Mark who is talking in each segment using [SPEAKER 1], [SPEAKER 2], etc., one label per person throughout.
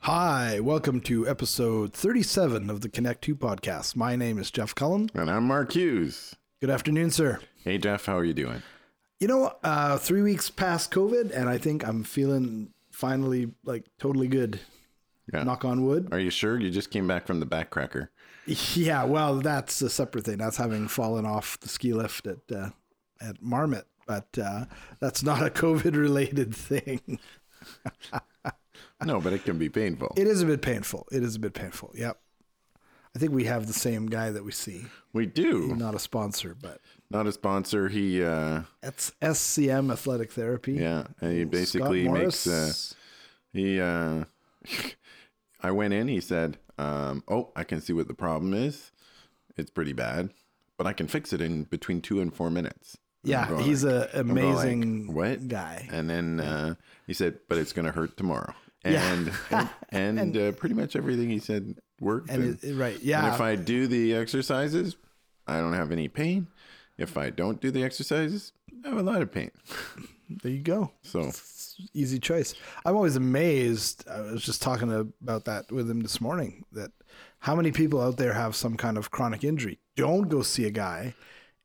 [SPEAKER 1] Hi, welcome to episode 37 of the Connect 2 podcast. My name is Jeff Cullen.
[SPEAKER 2] And I'm Mark Hughes.
[SPEAKER 1] Good afternoon, sir.
[SPEAKER 2] Hey, Jeff, how are you doing?
[SPEAKER 1] You know, uh, three weeks past COVID, and I think I'm feeling finally like totally good.
[SPEAKER 2] Yeah.
[SPEAKER 1] Knock on wood.
[SPEAKER 2] Are you sure? You just came back from the backcracker.
[SPEAKER 1] Yeah, well, that's a separate thing. That's having fallen off the ski lift at uh, at Marmot, but uh, that's not a COVID related thing.
[SPEAKER 2] No, but it can be painful.
[SPEAKER 1] It is a bit painful. It is a bit painful. Yep. I think we have the same guy that we see.
[SPEAKER 2] We do.
[SPEAKER 1] Not a sponsor, but
[SPEAKER 2] Not a sponsor. He, uh,
[SPEAKER 1] That's SCM Athletic Therapy.
[SPEAKER 2] yeah, and he basically
[SPEAKER 1] Scott
[SPEAKER 2] makes, uh,
[SPEAKER 1] Morris.
[SPEAKER 2] he, uh, I went in, he said, um, oh, I can see what the problem is. It's pretty bad, but I can fix it in between two and four minutes. I'm
[SPEAKER 1] yeah,
[SPEAKER 2] going
[SPEAKER 1] he's
[SPEAKER 2] like-
[SPEAKER 1] an
[SPEAKER 2] I'm going like,
[SPEAKER 1] amazing
[SPEAKER 2] what?
[SPEAKER 1] guy.
[SPEAKER 2] And then uh, he said, but it's going to hurt tomorrow.
[SPEAKER 1] Yeah.
[SPEAKER 2] And, and, and, uh, pretty much everything he said worked.
[SPEAKER 1] And it, right, yeah,
[SPEAKER 2] And if I do the exercises, I don't have any pain. If I don't do the exercises, I have a lot of pain.
[SPEAKER 1] there you go.
[SPEAKER 2] So
[SPEAKER 1] Easy choice. I'm always amazed. I was just talking about that with him this morning. That how many people out there have some kind of chronic injury? Don't go see a guy,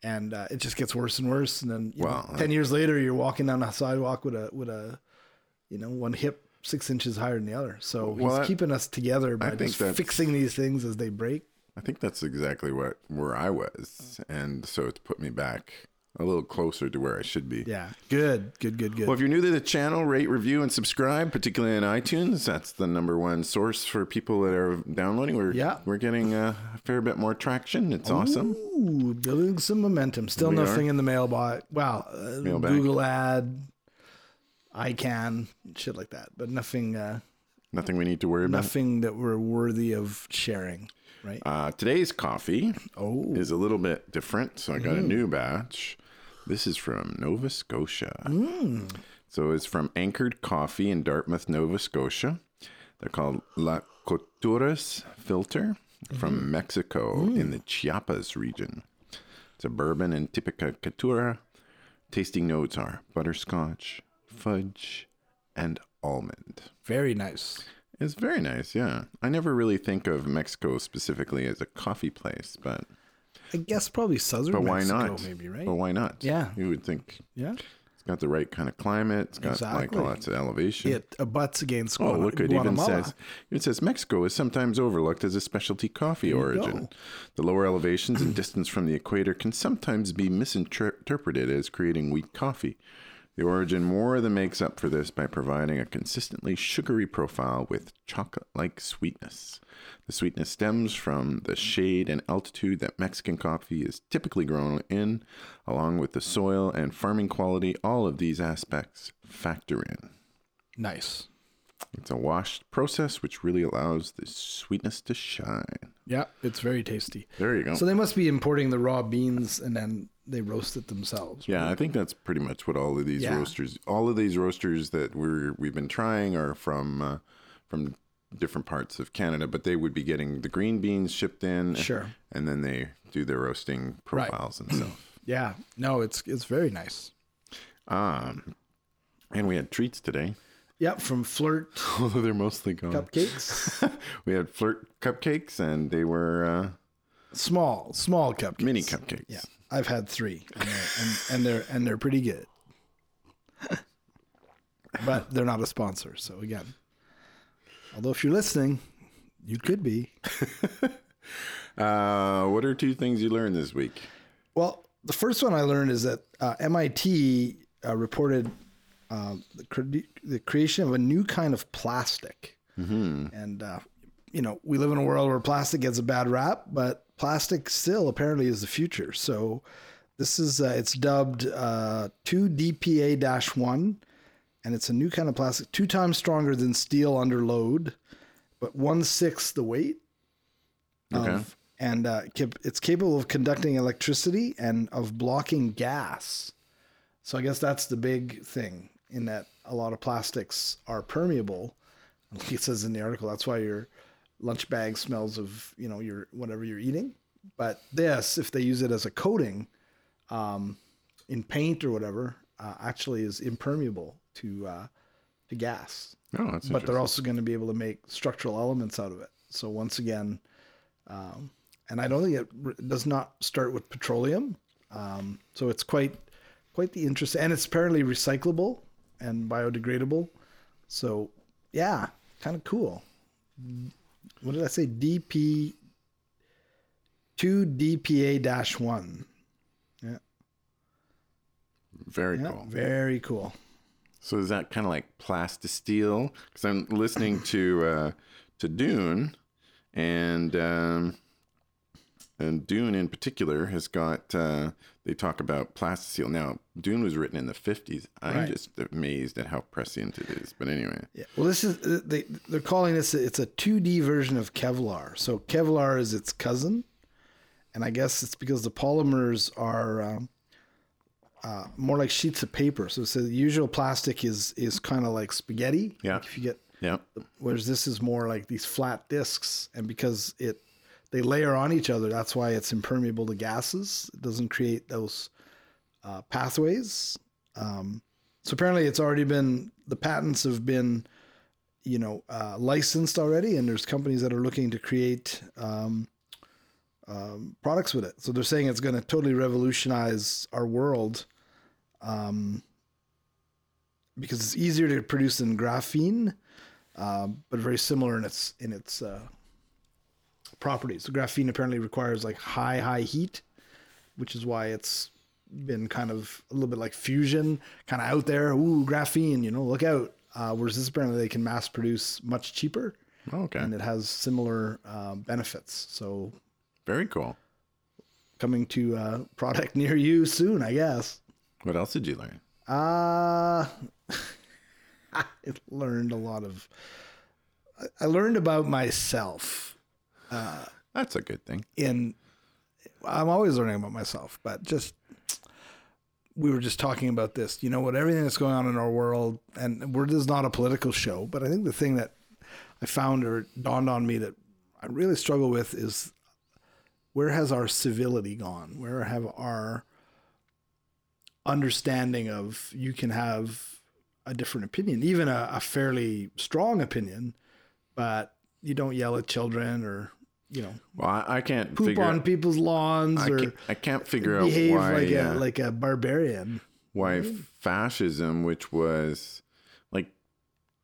[SPEAKER 1] and uh, it just gets worse and worse. And then you know,
[SPEAKER 2] Well, uh,
[SPEAKER 1] ten years later, you're walking down a sidewalk with a with a, you know, one hip six inches higher than the other. So he's
[SPEAKER 2] Well, I-
[SPEAKER 1] keeping us together by
[SPEAKER 2] think
[SPEAKER 1] just
[SPEAKER 2] that's-
[SPEAKER 1] fixing these things as they break.
[SPEAKER 2] I think that's exactly what where I was, and so it's put me back a little closer to where I should be.
[SPEAKER 1] Yeah. Good. Good. Good. Good.
[SPEAKER 2] Well, if you're new to the channel, rate, review, and subscribe, particularly on iTunes. That's the number one source for people that are downloading. We're
[SPEAKER 1] Yeah.
[SPEAKER 2] we're getting uh, a fair bit more traction. It's awesome.
[SPEAKER 1] Ooh, building some momentum. Still
[SPEAKER 2] We
[SPEAKER 1] nothing in the mailbox. Wow, uh,
[SPEAKER 2] Mailbag.
[SPEAKER 1] Google ad, ICANN, shit like that. But nothing, uh,
[SPEAKER 2] Nothing we need to worry about.
[SPEAKER 1] nothing that we're worthy of sharing, right?
[SPEAKER 2] Uh, today's coffee
[SPEAKER 1] Oh.
[SPEAKER 2] is a little bit different, so I got a new batch. This is from Nova Scotia. So it's from Anchored Coffee in Dartmouth, Nova Scotia. They're called La Coturas Filter from Mexico in the Chiapas region. It's a bourbon and typica Catura. Tasting notes are butterscotch, fudge, and almond.
[SPEAKER 1] Very nice.
[SPEAKER 2] It's very nice, yeah. I never really think of Mexico specifically as a coffee place, but
[SPEAKER 1] I guess probably southern
[SPEAKER 2] but why
[SPEAKER 1] Mexico,
[SPEAKER 2] not?
[SPEAKER 1] maybe, right?
[SPEAKER 2] But why not?
[SPEAKER 1] Yeah.
[SPEAKER 2] You would think
[SPEAKER 1] yeah.
[SPEAKER 2] it's got the right kind of climate. It's got
[SPEAKER 1] Exactly.
[SPEAKER 2] like lots of elevation.
[SPEAKER 1] It abuts against
[SPEAKER 2] oh,
[SPEAKER 1] Guana-
[SPEAKER 2] look! It even
[SPEAKER 1] Guatemala.
[SPEAKER 2] says it says Mexico is sometimes overlooked as a specialty coffee origin. The lower elevations and distance from the equator can sometimes be misinterpreted as creating weak coffee. The origin more than makes up for this by providing a consistently sugary profile with chocolate like sweetness. The sweetness stems from the shade and altitude that Mexican coffee is typically grown in, along with the soil and farming quality. All of these aspects factor in.
[SPEAKER 1] nice.
[SPEAKER 2] It's a washed process, which really allows the sweetness to shine.
[SPEAKER 1] Yeah, it's very tasty.
[SPEAKER 2] There you go.
[SPEAKER 1] So they must be importing the raw beans and then they roast it themselves.
[SPEAKER 2] yeah, I think that's pretty much what all of these
[SPEAKER 1] Yeah.
[SPEAKER 2] roasters, all of these roasters that we're we've been trying are from uh, from different parts of Canada, but they would be getting the green beans shipped in,
[SPEAKER 1] Sure.
[SPEAKER 2] and then they do their roasting
[SPEAKER 1] Right.
[SPEAKER 2] profiles and stuff.
[SPEAKER 1] Yeah. No, it's it's very nice.
[SPEAKER 2] Um, and we had treats today,
[SPEAKER 1] Yep, from Flirt
[SPEAKER 2] although they're mostly gone.
[SPEAKER 1] Cupcakes.
[SPEAKER 2] we had flirt cupcakes, and they were uh,
[SPEAKER 1] small, small cupcakes.
[SPEAKER 2] mini cupcakes.
[SPEAKER 1] Yeah, I've had three, and they're, and, and they're and they're pretty good. but they're not a sponsor, so again, although if you're listening, you could be.
[SPEAKER 2] Uh, what are two things you learned this week?
[SPEAKER 1] Well, the first one I learned is that uh, MIT uh, reported uh, the, cre- the creation of a new kind of plastic. And, uh, you know, we live in a world where plastic gets a bad rap, but plastic still apparently is the future. So this is, uh, it's dubbed uh, 2DPA 1, and it's a new kind of plastic, two times stronger than steel under load, but one sixth the weight
[SPEAKER 2] Okay.
[SPEAKER 1] of- and uh, cap- it's capable of conducting electricity and of blocking gas. So I guess that's the big thing in that a lot of plastics are permeable. Like it says in the article, that's why your lunch bag smells of you know your whatever you're eating. But this, if they use it as a coating, um, in paint or whatever, uh, actually is impermeable to uh, to gas.
[SPEAKER 2] Oh, that's
[SPEAKER 1] but they're
[SPEAKER 2] interesting.
[SPEAKER 1] also going to be able to make structural elements out of it. So once again, um, and I don't think it r- does not start with petroleum. Um, so it's quite quite the interest, and it's apparently recyclable and biodegradable. So yeah, kind of cool. What did I say? DP two DPA dash one.
[SPEAKER 2] very
[SPEAKER 1] Yeah,
[SPEAKER 2] cool.
[SPEAKER 1] very cool.
[SPEAKER 2] So is that kind of like plastisteel? Because I'm listening to uh, to Dune, and um, and Dune in particular has got uh, they talk about plastisteel. Now Dune was written in the 50s. I'm
[SPEAKER 1] Right.
[SPEAKER 2] just amazed at how prescient it is. But anyway,
[SPEAKER 1] Yeah. Well, this is uh, they they're calling this it's a 2D version of Kevlar. So Kevlar is its cousin, and I guess it's because the polymers are um, uh, more like sheets of paper. So, so the usual plastic is is kind of like spaghetti.
[SPEAKER 2] Yeah.
[SPEAKER 1] Like if you get
[SPEAKER 2] yeah,
[SPEAKER 1] whereas this is more like these flat discs, and because it they layer on each other, that's why it's impermeable to gases. It doesn't create those uh, pathways. Um, so apparently, it's already been the patents have been, you know, uh, licensed already, and there's companies that are looking to create um, um, products with it. So they're saying it's going to totally revolutionize our world. Um, because it's easier to produce than graphene, um, but very similar in its in its uh, properties. So graphene apparently requires like high high heat, which is why it's been kind of a little bit like fusion, kind of out there. Ooh, graphene, you know, look out. Uh, whereas this apparently they can mass produce much cheaper,
[SPEAKER 2] Oh, okay,
[SPEAKER 1] and it has similar um, benefits. So
[SPEAKER 2] very cool.
[SPEAKER 1] coming to a product near you soon, I guess.
[SPEAKER 2] What else did you learn?
[SPEAKER 1] Uh, I learned a lot of. I- I learned about myself.
[SPEAKER 2] That's a good thing.
[SPEAKER 1] in I'm always learning about myself, but just we were just talking about this, you know, what everything that's going on in our world, and we're this is not a political show, but I think the thing that I found or dawned on me that I really struggle with is where has our civility gone? Where have our understanding of you can have a different opinion, even a, a fairly strong opinion, but you don't yell at children or you know
[SPEAKER 2] Well, I, I can't
[SPEAKER 1] poop
[SPEAKER 2] figure.
[SPEAKER 1] on
[SPEAKER 2] out,
[SPEAKER 1] peop's lawns
[SPEAKER 2] I,
[SPEAKER 1] or
[SPEAKER 2] can't, I can't figure out
[SPEAKER 1] behave
[SPEAKER 2] why
[SPEAKER 1] like a
[SPEAKER 2] uh,
[SPEAKER 1] like a barbarian.
[SPEAKER 2] why fascism, which was like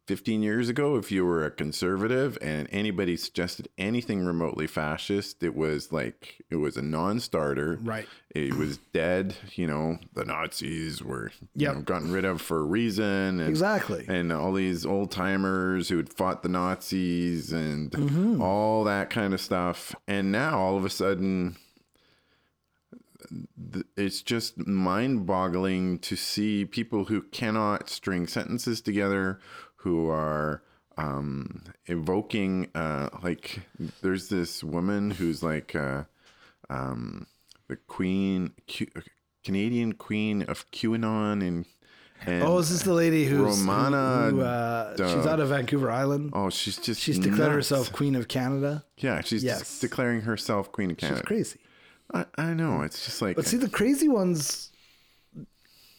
[SPEAKER 2] 15 years ago, if you were a conservative and anybody suggested anything remotely fascist, it was like it was a non starter.
[SPEAKER 1] Right.
[SPEAKER 2] It was dead. You know, the Nazis were you
[SPEAKER 1] Yep.
[SPEAKER 2] know, gotten rid of for a reason. And,
[SPEAKER 1] Exactly.
[SPEAKER 2] And all these old timers who had fought the Nazis and
[SPEAKER 1] Mm-hmm.
[SPEAKER 2] all that kind of stuff. And now all of a sudden, th- it's just mind boggling to see people who cannot string sentences together, who are um, evoking, uh, like, there's this woman who's like uh, um, the queen, Q, Canadian queen of QAnon and. and
[SPEAKER 1] Oh, is this the lady who's
[SPEAKER 2] Romana
[SPEAKER 1] who, uh,
[SPEAKER 2] Dove.
[SPEAKER 1] she's out of Vancouver Island.
[SPEAKER 2] Oh, she's just
[SPEAKER 1] she's declared
[SPEAKER 2] nuts.
[SPEAKER 1] herself Queen of Canada.
[SPEAKER 2] Yeah, she's
[SPEAKER 1] Yes.
[SPEAKER 2] just declaring herself Queen of
[SPEAKER 1] It's
[SPEAKER 2] Canada.
[SPEAKER 1] crazy.
[SPEAKER 2] I, I know. It's just like
[SPEAKER 1] But see, the crazy ones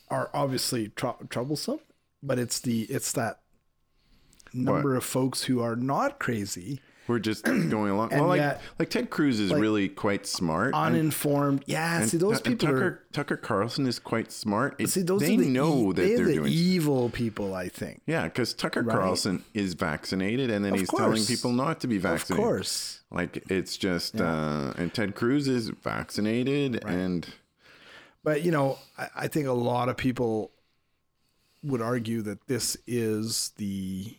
[SPEAKER 1] are obviously tr- troublesome, but it's the it's that number of folks who are not crazy,
[SPEAKER 2] we're just going along. Well, like
[SPEAKER 1] yet-
[SPEAKER 2] like Ted Cruz is really quite smart. and-
[SPEAKER 1] uninformed. Yeah, see those
[SPEAKER 2] Tu- and
[SPEAKER 1] people
[SPEAKER 2] Tucker,
[SPEAKER 1] are
[SPEAKER 2] Tucker Carlson is quite smart. It-
[SPEAKER 1] see those
[SPEAKER 2] they
[SPEAKER 1] are the
[SPEAKER 2] know
[SPEAKER 1] e-
[SPEAKER 2] that
[SPEAKER 1] they're
[SPEAKER 2] they're
[SPEAKER 1] the
[SPEAKER 2] doing.
[SPEAKER 1] evil people. I think,
[SPEAKER 2] yeah, because Tucker Carlson is vaccinated, and then he's telling
[SPEAKER 1] course.
[SPEAKER 2] people not to be
[SPEAKER 1] of
[SPEAKER 2] vaccinated.
[SPEAKER 1] course.
[SPEAKER 2] Like it's just, uh, and Ted Cruz is vaccinated, and
[SPEAKER 1] But you know, I, I think a lot of people would argue that this is the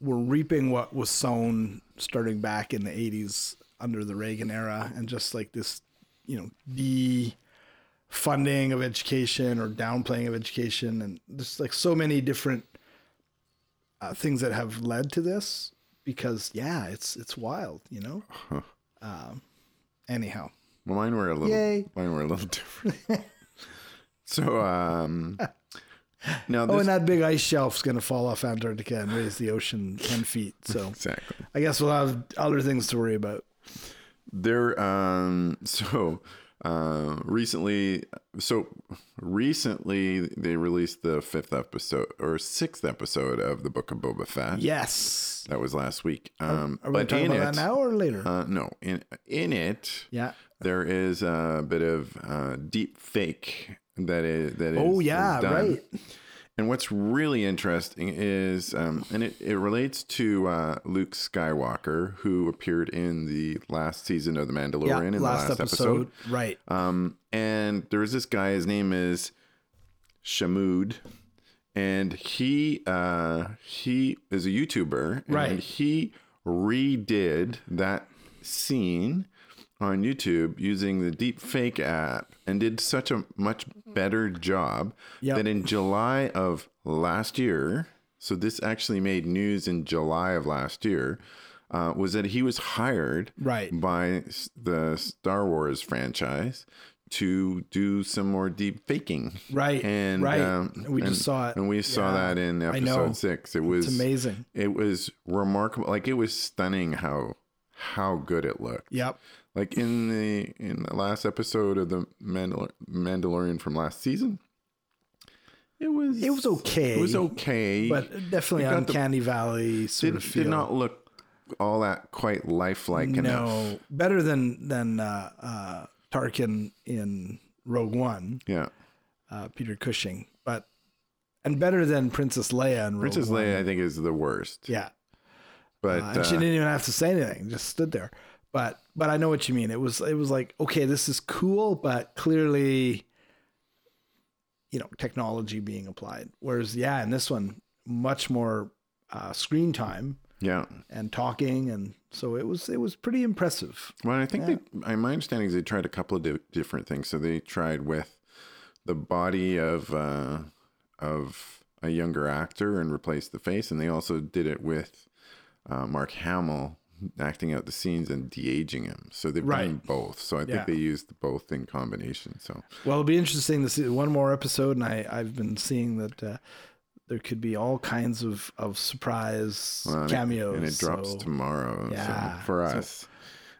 [SPEAKER 1] we're reaping what was sown starting back in the 80s under the Reagan era and just like this, you know, the funding of education or downplaying of education and just like so many different uh, things that have led to this because yeah, it's it's wild, you know. Um, anyhow,
[SPEAKER 2] well, mine were a little,
[SPEAKER 1] Yay.
[SPEAKER 2] mine were a little different. so, um, now
[SPEAKER 1] Oh,
[SPEAKER 2] this
[SPEAKER 1] and that big ice shelf's going to fall off Antarctica and raise the ocean 10 feet. So
[SPEAKER 2] exactly.
[SPEAKER 1] I guess we'll have other things to worry about.
[SPEAKER 2] There, um, so uh, recently, so Recently, they released the fifth episode or sixth episode of the Book of Boba Fett.
[SPEAKER 1] Yes.
[SPEAKER 2] That was last week. Um,
[SPEAKER 1] Are we
[SPEAKER 2] but
[SPEAKER 1] talking
[SPEAKER 2] in
[SPEAKER 1] about
[SPEAKER 2] it-
[SPEAKER 1] that now or later?
[SPEAKER 2] Uh, no, in in it,
[SPEAKER 1] yeah.
[SPEAKER 2] there is a bit of uh, deep fake that is that is
[SPEAKER 1] Oh, yeah,
[SPEAKER 2] is done.
[SPEAKER 1] right.
[SPEAKER 2] And what's really interesting is, um, and it, it relates to uh, Luke Skywalker, who appeared in the last season of The Mandalorian
[SPEAKER 1] Yeah.
[SPEAKER 2] in
[SPEAKER 1] Last,
[SPEAKER 2] the last
[SPEAKER 1] episode. Right.
[SPEAKER 2] um, and there was this guy. His name is Shamood, and he uh, he is a YouTuber,
[SPEAKER 1] Right.
[SPEAKER 2] And he redid that scene on YouTube using the deep fake app, and did such a much better job
[SPEAKER 1] Yep.
[SPEAKER 2] that in July of last year. So this actually made news in July of last year. Uh, was that he was hired
[SPEAKER 1] Right.
[SPEAKER 2] by s- the Star Wars franchise to do some more deep faking.
[SPEAKER 1] Right,
[SPEAKER 2] And
[SPEAKER 1] right.
[SPEAKER 2] um,
[SPEAKER 1] We just
[SPEAKER 2] and-
[SPEAKER 1] saw it.
[SPEAKER 2] And we saw
[SPEAKER 1] Yeah.
[SPEAKER 2] that in
[SPEAKER 1] I know.
[SPEAKER 2] episode six. It was
[SPEAKER 1] amazing.
[SPEAKER 2] It was remarkable. Like it was stunning how how good it looked.
[SPEAKER 1] Yep.
[SPEAKER 2] Like in the in the last episode of the Mandalor- Mandalorian from last season. It was
[SPEAKER 1] It was okay.
[SPEAKER 2] It was okay.
[SPEAKER 1] But definitely
[SPEAKER 2] It got the-
[SPEAKER 1] uncanny valley sort
[SPEAKER 2] did,
[SPEAKER 1] of feel.
[SPEAKER 2] did not look all that quite lifelike enough.
[SPEAKER 1] no, better than than uh, uh, Tarkin in Rogue One,
[SPEAKER 2] Yeah.
[SPEAKER 1] uh, Peter Cushing, but and better than Princess Leia in Rogue
[SPEAKER 2] Princess
[SPEAKER 1] One.
[SPEAKER 2] Leia, I think, is the worst.
[SPEAKER 1] Oh, Yeah,
[SPEAKER 2] But
[SPEAKER 1] Uh, and she
[SPEAKER 2] uh,
[SPEAKER 1] didn't even have to say anything; just stood there. But but I know what you mean. It was it was like okay, this is cool, but clearly, you know, technology being applied. Whereas yeah, in this one, much more uh, screen time
[SPEAKER 2] yeah.
[SPEAKER 1] and talking, and so it was it was pretty impressive.
[SPEAKER 2] Well, I think they, I, my understanding is they tried a couple of di- different things. So they tried with the body of uh, of a younger actor and replaced the face, and they also did it with uh, Mark Hamill acting out the scenes and de aging him. So they've done
[SPEAKER 1] Right.
[SPEAKER 2] both. So I think
[SPEAKER 1] Yeah.
[SPEAKER 2] they used both in combination. So
[SPEAKER 1] Well, it'll be interesting to see one more episode, and I I've been seeing that uh, there could be all kinds of of surprise
[SPEAKER 2] Well, and it-
[SPEAKER 1] cameos.
[SPEAKER 2] and it drops
[SPEAKER 1] so-
[SPEAKER 2] tomorrow.
[SPEAKER 1] Yeah,
[SPEAKER 2] so for
[SPEAKER 1] so-
[SPEAKER 2] us,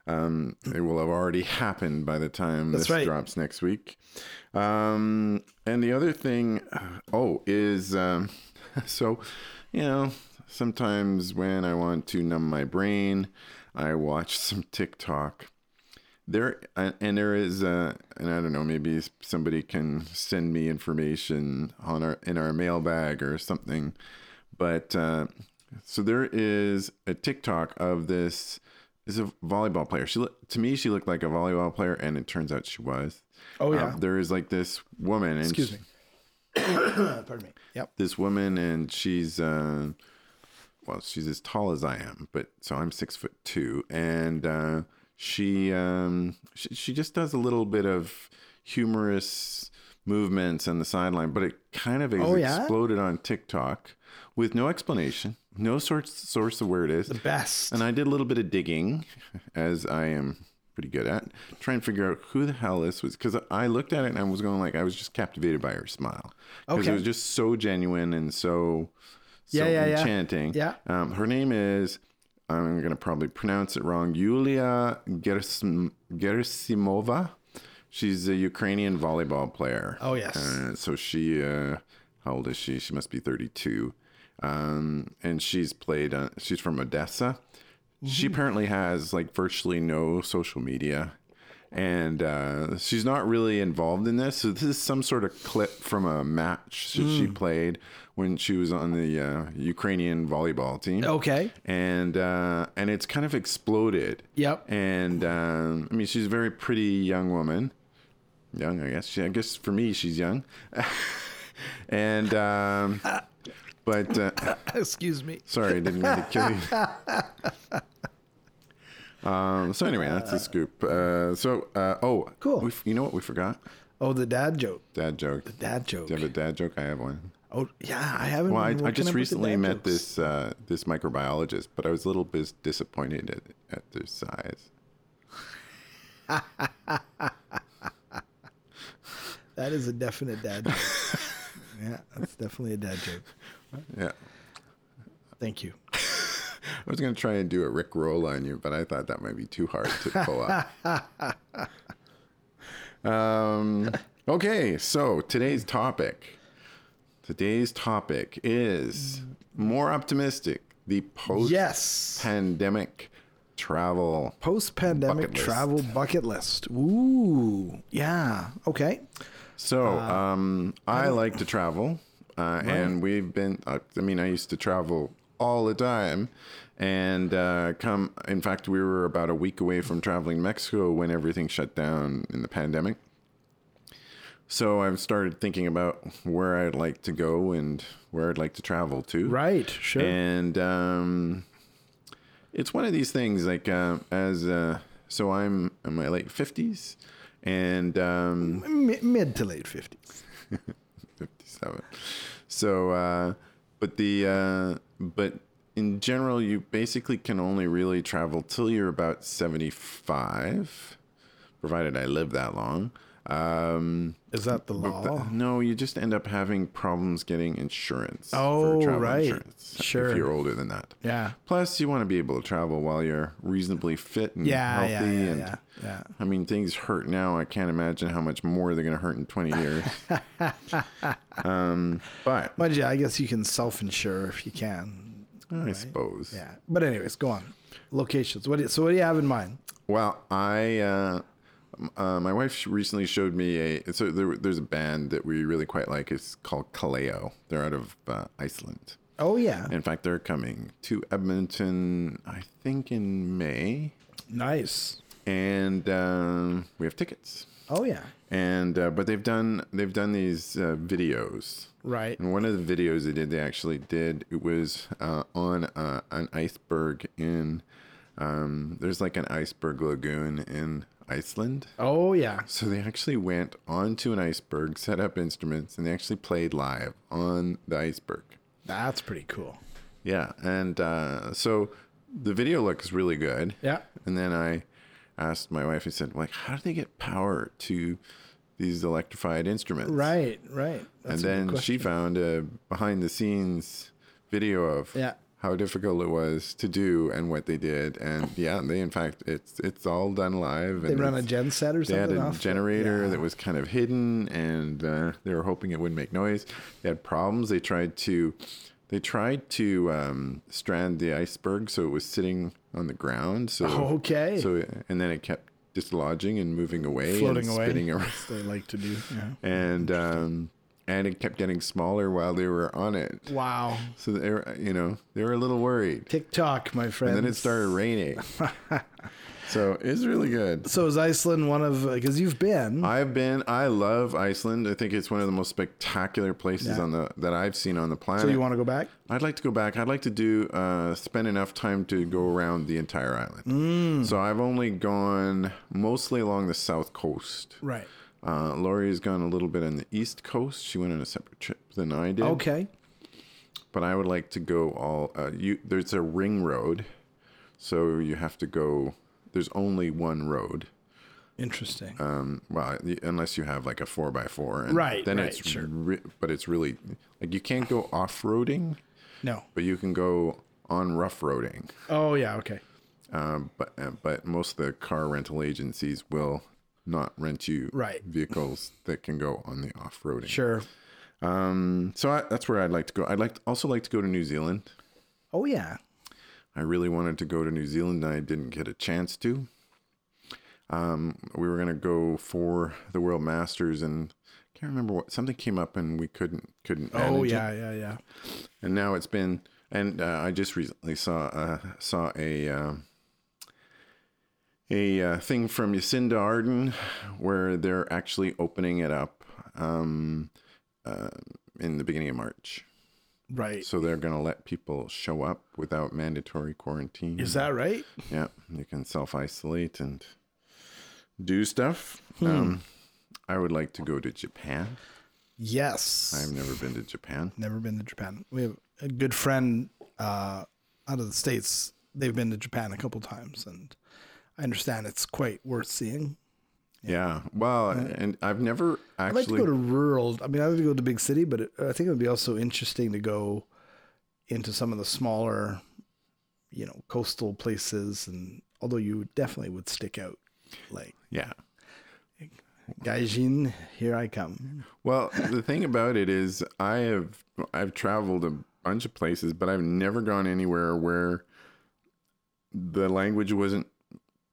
[SPEAKER 2] um, it will have already happened by the time
[SPEAKER 1] That's
[SPEAKER 2] this
[SPEAKER 1] right.
[SPEAKER 2] drops next week. Um, and the other thing, uh, oh, is um, so you know sometimes when I want to numb my brain, I watch some TikTok. There uh, and there is, uh, and I don't know. Maybe somebody can send me information on our in our mailbag or something. But uh, so there is a TikTok of this is a volleyball player. She look to me she looked like a volleyball player, and it turns out she was.
[SPEAKER 1] Oh
[SPEAKER 2] Uh,
[SPEAKER 1] yeah,
[SPEAKER 2] there is like this woman. And
[SPEAKER 1] excuse
[SPEAKER 2] she-
[SPEAKER 1] me. Pardon me. Yep.
[SPEAKER 2] This woman, and she's uh, well, she's as tall as I am, but so I'm six foot two, and uh, she, um, she she just does a little bit of humorous movements on the sideline, but it kind of
[SPEAKER 1] Oh, yeah?
[SPEAKER 2] exploded on TikTok with no explanation, no source source of where it is.
[SPEAKER 1] The best.
[SPEAKER 2] And I did a little bit of digging, as I am pretty good at, trying to figure out who the hell this was. Because I looked at it and I was going like, I was just captivated by her smile. Because
[SPEAKER 1] Okay.
[SPEAKER 2] it was just so genuine and so, so
[SPEAKER 1] Yeah, yeah, yeah.
[SPEAKER 2] enchanting.
[SPEAKER 1] Yeah.
[SPEAKER 2] Um, her name is, I'm going to probably pronounce it wrong, Yulia Gerasim- Gerasimova. She's a Ukrainian volleyball player.
[SPEAKER 1] Oh, yes.
[SPEAKER 2] Uh, so she, uh, how old is she? She must be 32. Um, and she's played, uh, she's from Odessa. She apparently has like virtually no social media. And uh, she's not really involved in this. So this is some sort of clip from a match that she played when she was on the uh, Ukrainian volleyball team
[SPEAKER 1] okay.
[SPEAKER 2] and uh, and it's kind of exploded.
[SPEAKER 1] Yep.
[SPEAKER 2] And um, I mean, she's a very pretty young woman. Young, I guess. She, I guess for me, she's young. and um, but uh,
[SPEAKER 1] excuse me.
[SPEAKER 2] sorry, I didn't mean to kill you. Um, so anyway, that's the scoop. Uh, so uh, oh,
[SPEAKER 1] Cool.
[SPEAKER 2] We, f- you know what we forgot?
[SPEAKER 1] Oh, the dad joke.
[SPEAKER 2] Dad joke.
[SPEAKER 1] Dad joke.
[SPEAKER 2] Do you have a dad joke? I have one.
[SPEAKER 1] Oh yeah, I haven't.
[SPEAKER 2] Well, I,
[SPEAKER 1] been
[SPEAKER 2] I
[SPEAKER 1] working up with
[SPEAKER 2] just
[SPEAKER 1] the
[SPEAKER 2] recently
[SPEAKER 1] dad
[SPEAKER 2] met
[SPEAKER 1] jokes.
[SPEAKER 2] this uh, this microbiologist, but I was a little bit disappointed at, at their size.
[SPEAKER 1] That is a definite dad joke. yeah, that's definitely a dad joke.
[SPEAKER 2] Yeah,
[SPEAKER 1] Thank you.
[SPEAKER 2] I was gonna try and do a Rick Roll on you, but I thought that might be too hard to pull off. um, Okay, so today's topic. Today's topic is more optimistic. The post
[SPEAKER 1] Yes.
[SPEAKER 2] pandemic travel.
[SPEAKER 1] Post pandemic
[SPEAKER 2] Bucket list.
[SPEAKER 1] travel bucket list. Ooh. Yeah. Okay.
[SPEAKER 2] So,
[SPEAKER 1] Uh,
[SPEAKER 2] um, I like to travel, uh, and we've been. Uh, I mean, I used to travel all the time, and uh, come. In fact, we were about a week away from traveling Mexico when everything shut down in the pandemic. So I've started thinking about where I'd like to go and where I'd like to travel to.
[SPEAKER 1] Right. Sure.
[SPEAKER 2] And um, it's one of these things like uh, as uh, so I'm in my late fifties, and um,
[SPEAKER 1] Mi- mid to late 50s.
[SPEAKER 2] fifty-seven. So, uh, but the uh, but in general, you basically can only really travel till you're about seventy-five, provided I live that long. Um,
[SPEAKER 1] Is that the
[SPEAKER 2] but the-
[SPEAKER 1] law?
[SPEAKER 2] no, you just end up having problems getting insurance. for
[SPEAKER 1] Oh,
[SPEAKER 2] travel
[SPEAKER 1] right.
[SPEAKER 2] If
[SPEAKER 1] Sure.
[SPEAKER 2] you're older than that.
[SPEAKER 1] Yeah.
[SPEAKER 2] Plus, you want to be able to travel while you're reasonably fit and
[SPEAKER 1] Yeah,
[SPEAKER 2] healthy.
[SPEAKER 1] yeah, yeah,
[SPEAKER 2] and
[SPEAKER 1] yeah, yeah.
[SPEAKER 2] I mean, things hurt now. I can't imagine how much more they're going to hurt in 20 years. um, but
[SPEAKER 1] But yeah, I guess you can self insure if you can.
[SPEAKER 2] I suppose.
[SPEAKER 1] Yeah. But, anyways, go on. Locations. What do you, so, what do you have in mind?
[SPEAKER 2] Well, I uh, m- uh, my wife sh- recently showed me a so there, there's a band that we really quite like. It's called Kaleo. They're out of uh, Iceland.
[SPEAKER 1] Oh, yeah.
[SPEAKER 2] In fact, they're coming to Edmonton, I think, in May,
[SPEAKER 1] Nice.
[SPEAKER 2] and um, we have tickets.
[SPEAKER 1] Oh, yeah.
[SPEAKER 2] and uh, but they've done they've done these uh, videos
[SPEAKER 1] Right.
[SPEAKER 2] and one of the videos they did they actually did it was uh, on uh, an iceberg in um, there's like an iceberg lagoon in iceland
[SPEAKER 1] Oh, yeah.
[SPEAKER 2] so they actually went onto an iceberg set up instruments and they actually played live on the iceberg
[SPEAKER 1] That's pretty cool.
[SPEAKER 2] yeah and uh, so the video looks really good
[SPEAKER 1] Yeah.
[SPEAKER 2] and then I asked my wife, I said, like, how do they get power to these electrified instruments?
[SPEAKER 1] Right. Right.
[SPEAKER 2] And
[SPEAKER 1] That's a good
[SPEAKER 2] then
[SPEAKER 1] question.
[SPEAKER 2] she found a behind the scenes video of
[SPEAKER 1] Yeah.
[SPEAKER 2] how difficult it was to do and what they did. And yeah, they in fact it's it's all done live.
[SPEAKER 1] they
[SPEAKER 2] and
[SPEAKER 1] run a
[SPEAKER 2] it's-
[SPEAKER 1] gen set or
[SPEAKER 2] they
[SPEAKER 1] something.
[SPEAKER 2] had a
[SPEAKER 1] off?
[SPEAKER 2] generator
[SPEAKER 1] Yeah.
[SPEAKER 2] that was kind of hidden, and uh, they were hoping it wouldn't make noise. They had problems. They tried to, they tried to um, strand the iceberg so it was sitting on the ground. So
[SPEAKER 1] Okay.
[SPEAKER 2] so and then it kept dislodging and moving away,
[SPEAKER 1] Floating
[SPEAKER 2] and
[SPEAKER 1] away.
[SPEAKER 2] spinning around,
[SPEAKER 1] they like to do. Yeah.
[SPEAKER 2] and um, and it kept getting smaller while they were on it.
[SPEAKER 1] Wow.
[SPEAKER 2] So they were, you know, they were a little worried.
[SPEAKER 1] TikTok, my friend.
[SPEAKER 2] And then it started raining. so it's really good.
[SPEAKER 1] So is Iceland one of because you've been
[SPEAKER 2] I've been. I love Iceland. I think it's one of the most spectacular places
[SPEAKER 1] Yeah.
[SPEAKER 2] on the that I've seen on the planet.
[SPEAKER 1] so you want to go back?
[SPEAKER 2] I'd like to go back. I'd like to do uh, spend enough time to go around the entire island.
[SPEAKER 1] Mm.
[SPEAKER 2] So I've only gone mostly along the south coast.
[SPEAKER 1] Right.
[SPEAKER 2] Uh, Lori's gone a little bit on the east coast. She went on a separate trip than I did.
[SPEAKER 1] Okay.
[SPEAKER 2] But I would like to go all. Uh, you there's a ring road, so you have to go. There's only one road.
[SPEAKER 1] Interesting.
[SPEAKER 2] Um, well, y- unless you have like a four by four, and
[SPEAKER 1] Right,
[SPEAKER 2] Then
[SPEAKER 1] right,
[SPEAKER 2] it's
[SPEAKER 1] sure.
[SPEAKER 2] re- but it's really like you can't go off roading,
[SPEAKER 1] no.
[SPEAKER 2] but you can go on rough roading.
[SPEAKER 1] Oh yeah. Okay.
[SPEAKER 2] Um, but uh, but most of the car rental agencies will not rent you
[SPEAKER 1] Right.
[SPEAKER 2] vehicles that can go on the off roading.
[SPEAKER 1] Sure.
[SPEAKER 2] Um, so I, that's where I'd like to go. I'd like also like to go to New Zealand.
[SPEAKER 1] Oh yeah.
[SPEAKER 2] I really wanted to go to New Zealand. and I didn't get a chance to. Um, we were gonna go for the World Masters, and I can't remember what something came up, and we couldn't couldn't.
[SPEAKER 1] Oh
[SPEAKER 2] manage it.
[SPEAKER 1] yeah. Yeah yeah.
[SPEAKER 2] And now it's been, and uh, I just recently saw uh, saw a um a uh, thing from Jacinda Arden, where they're actually opening it up um, uh, in the beginning of March.
[SPEAKER 1] Right.
[SPEAKER 2] So they're going to let people show up without mandatory quarantine.
[SPEAKER 1] Is that right?
[SPEAKER 2] Yeah, you can self isolate and do stuff.
[SPEAKER 1] Hmm.
[SPEAKER 2] Um, I would like to go to Japan.
[SPEAKER 1] Yes.
[SPEAKER 2] I've never been to Japan.
[SPEAKER 1] Never been to Japan. We have a good friend uh, out of the states. They've been to Japan a couple times, and I understand it's quite worth seeing.
[SPEAKER 2] Yeah. Well, and I've never
[SPEAKER 1] I'd like to
[SPEAKER 2] actually.
[SPEAKER 1] go to rural. I mean, I'd like to go to big city, but it, I think it would be also interesting to go into some of the smaller, you know, coastal places. And although you definitely would stick out, like
[SPEAKER 2] yeah.
[SPEAKER 1] Gaijin, here I come.
[SPEAKER 2] Well, the thing about it is, I have I've traveled a bunch of places, but I've never gone anywhere where the language wasn't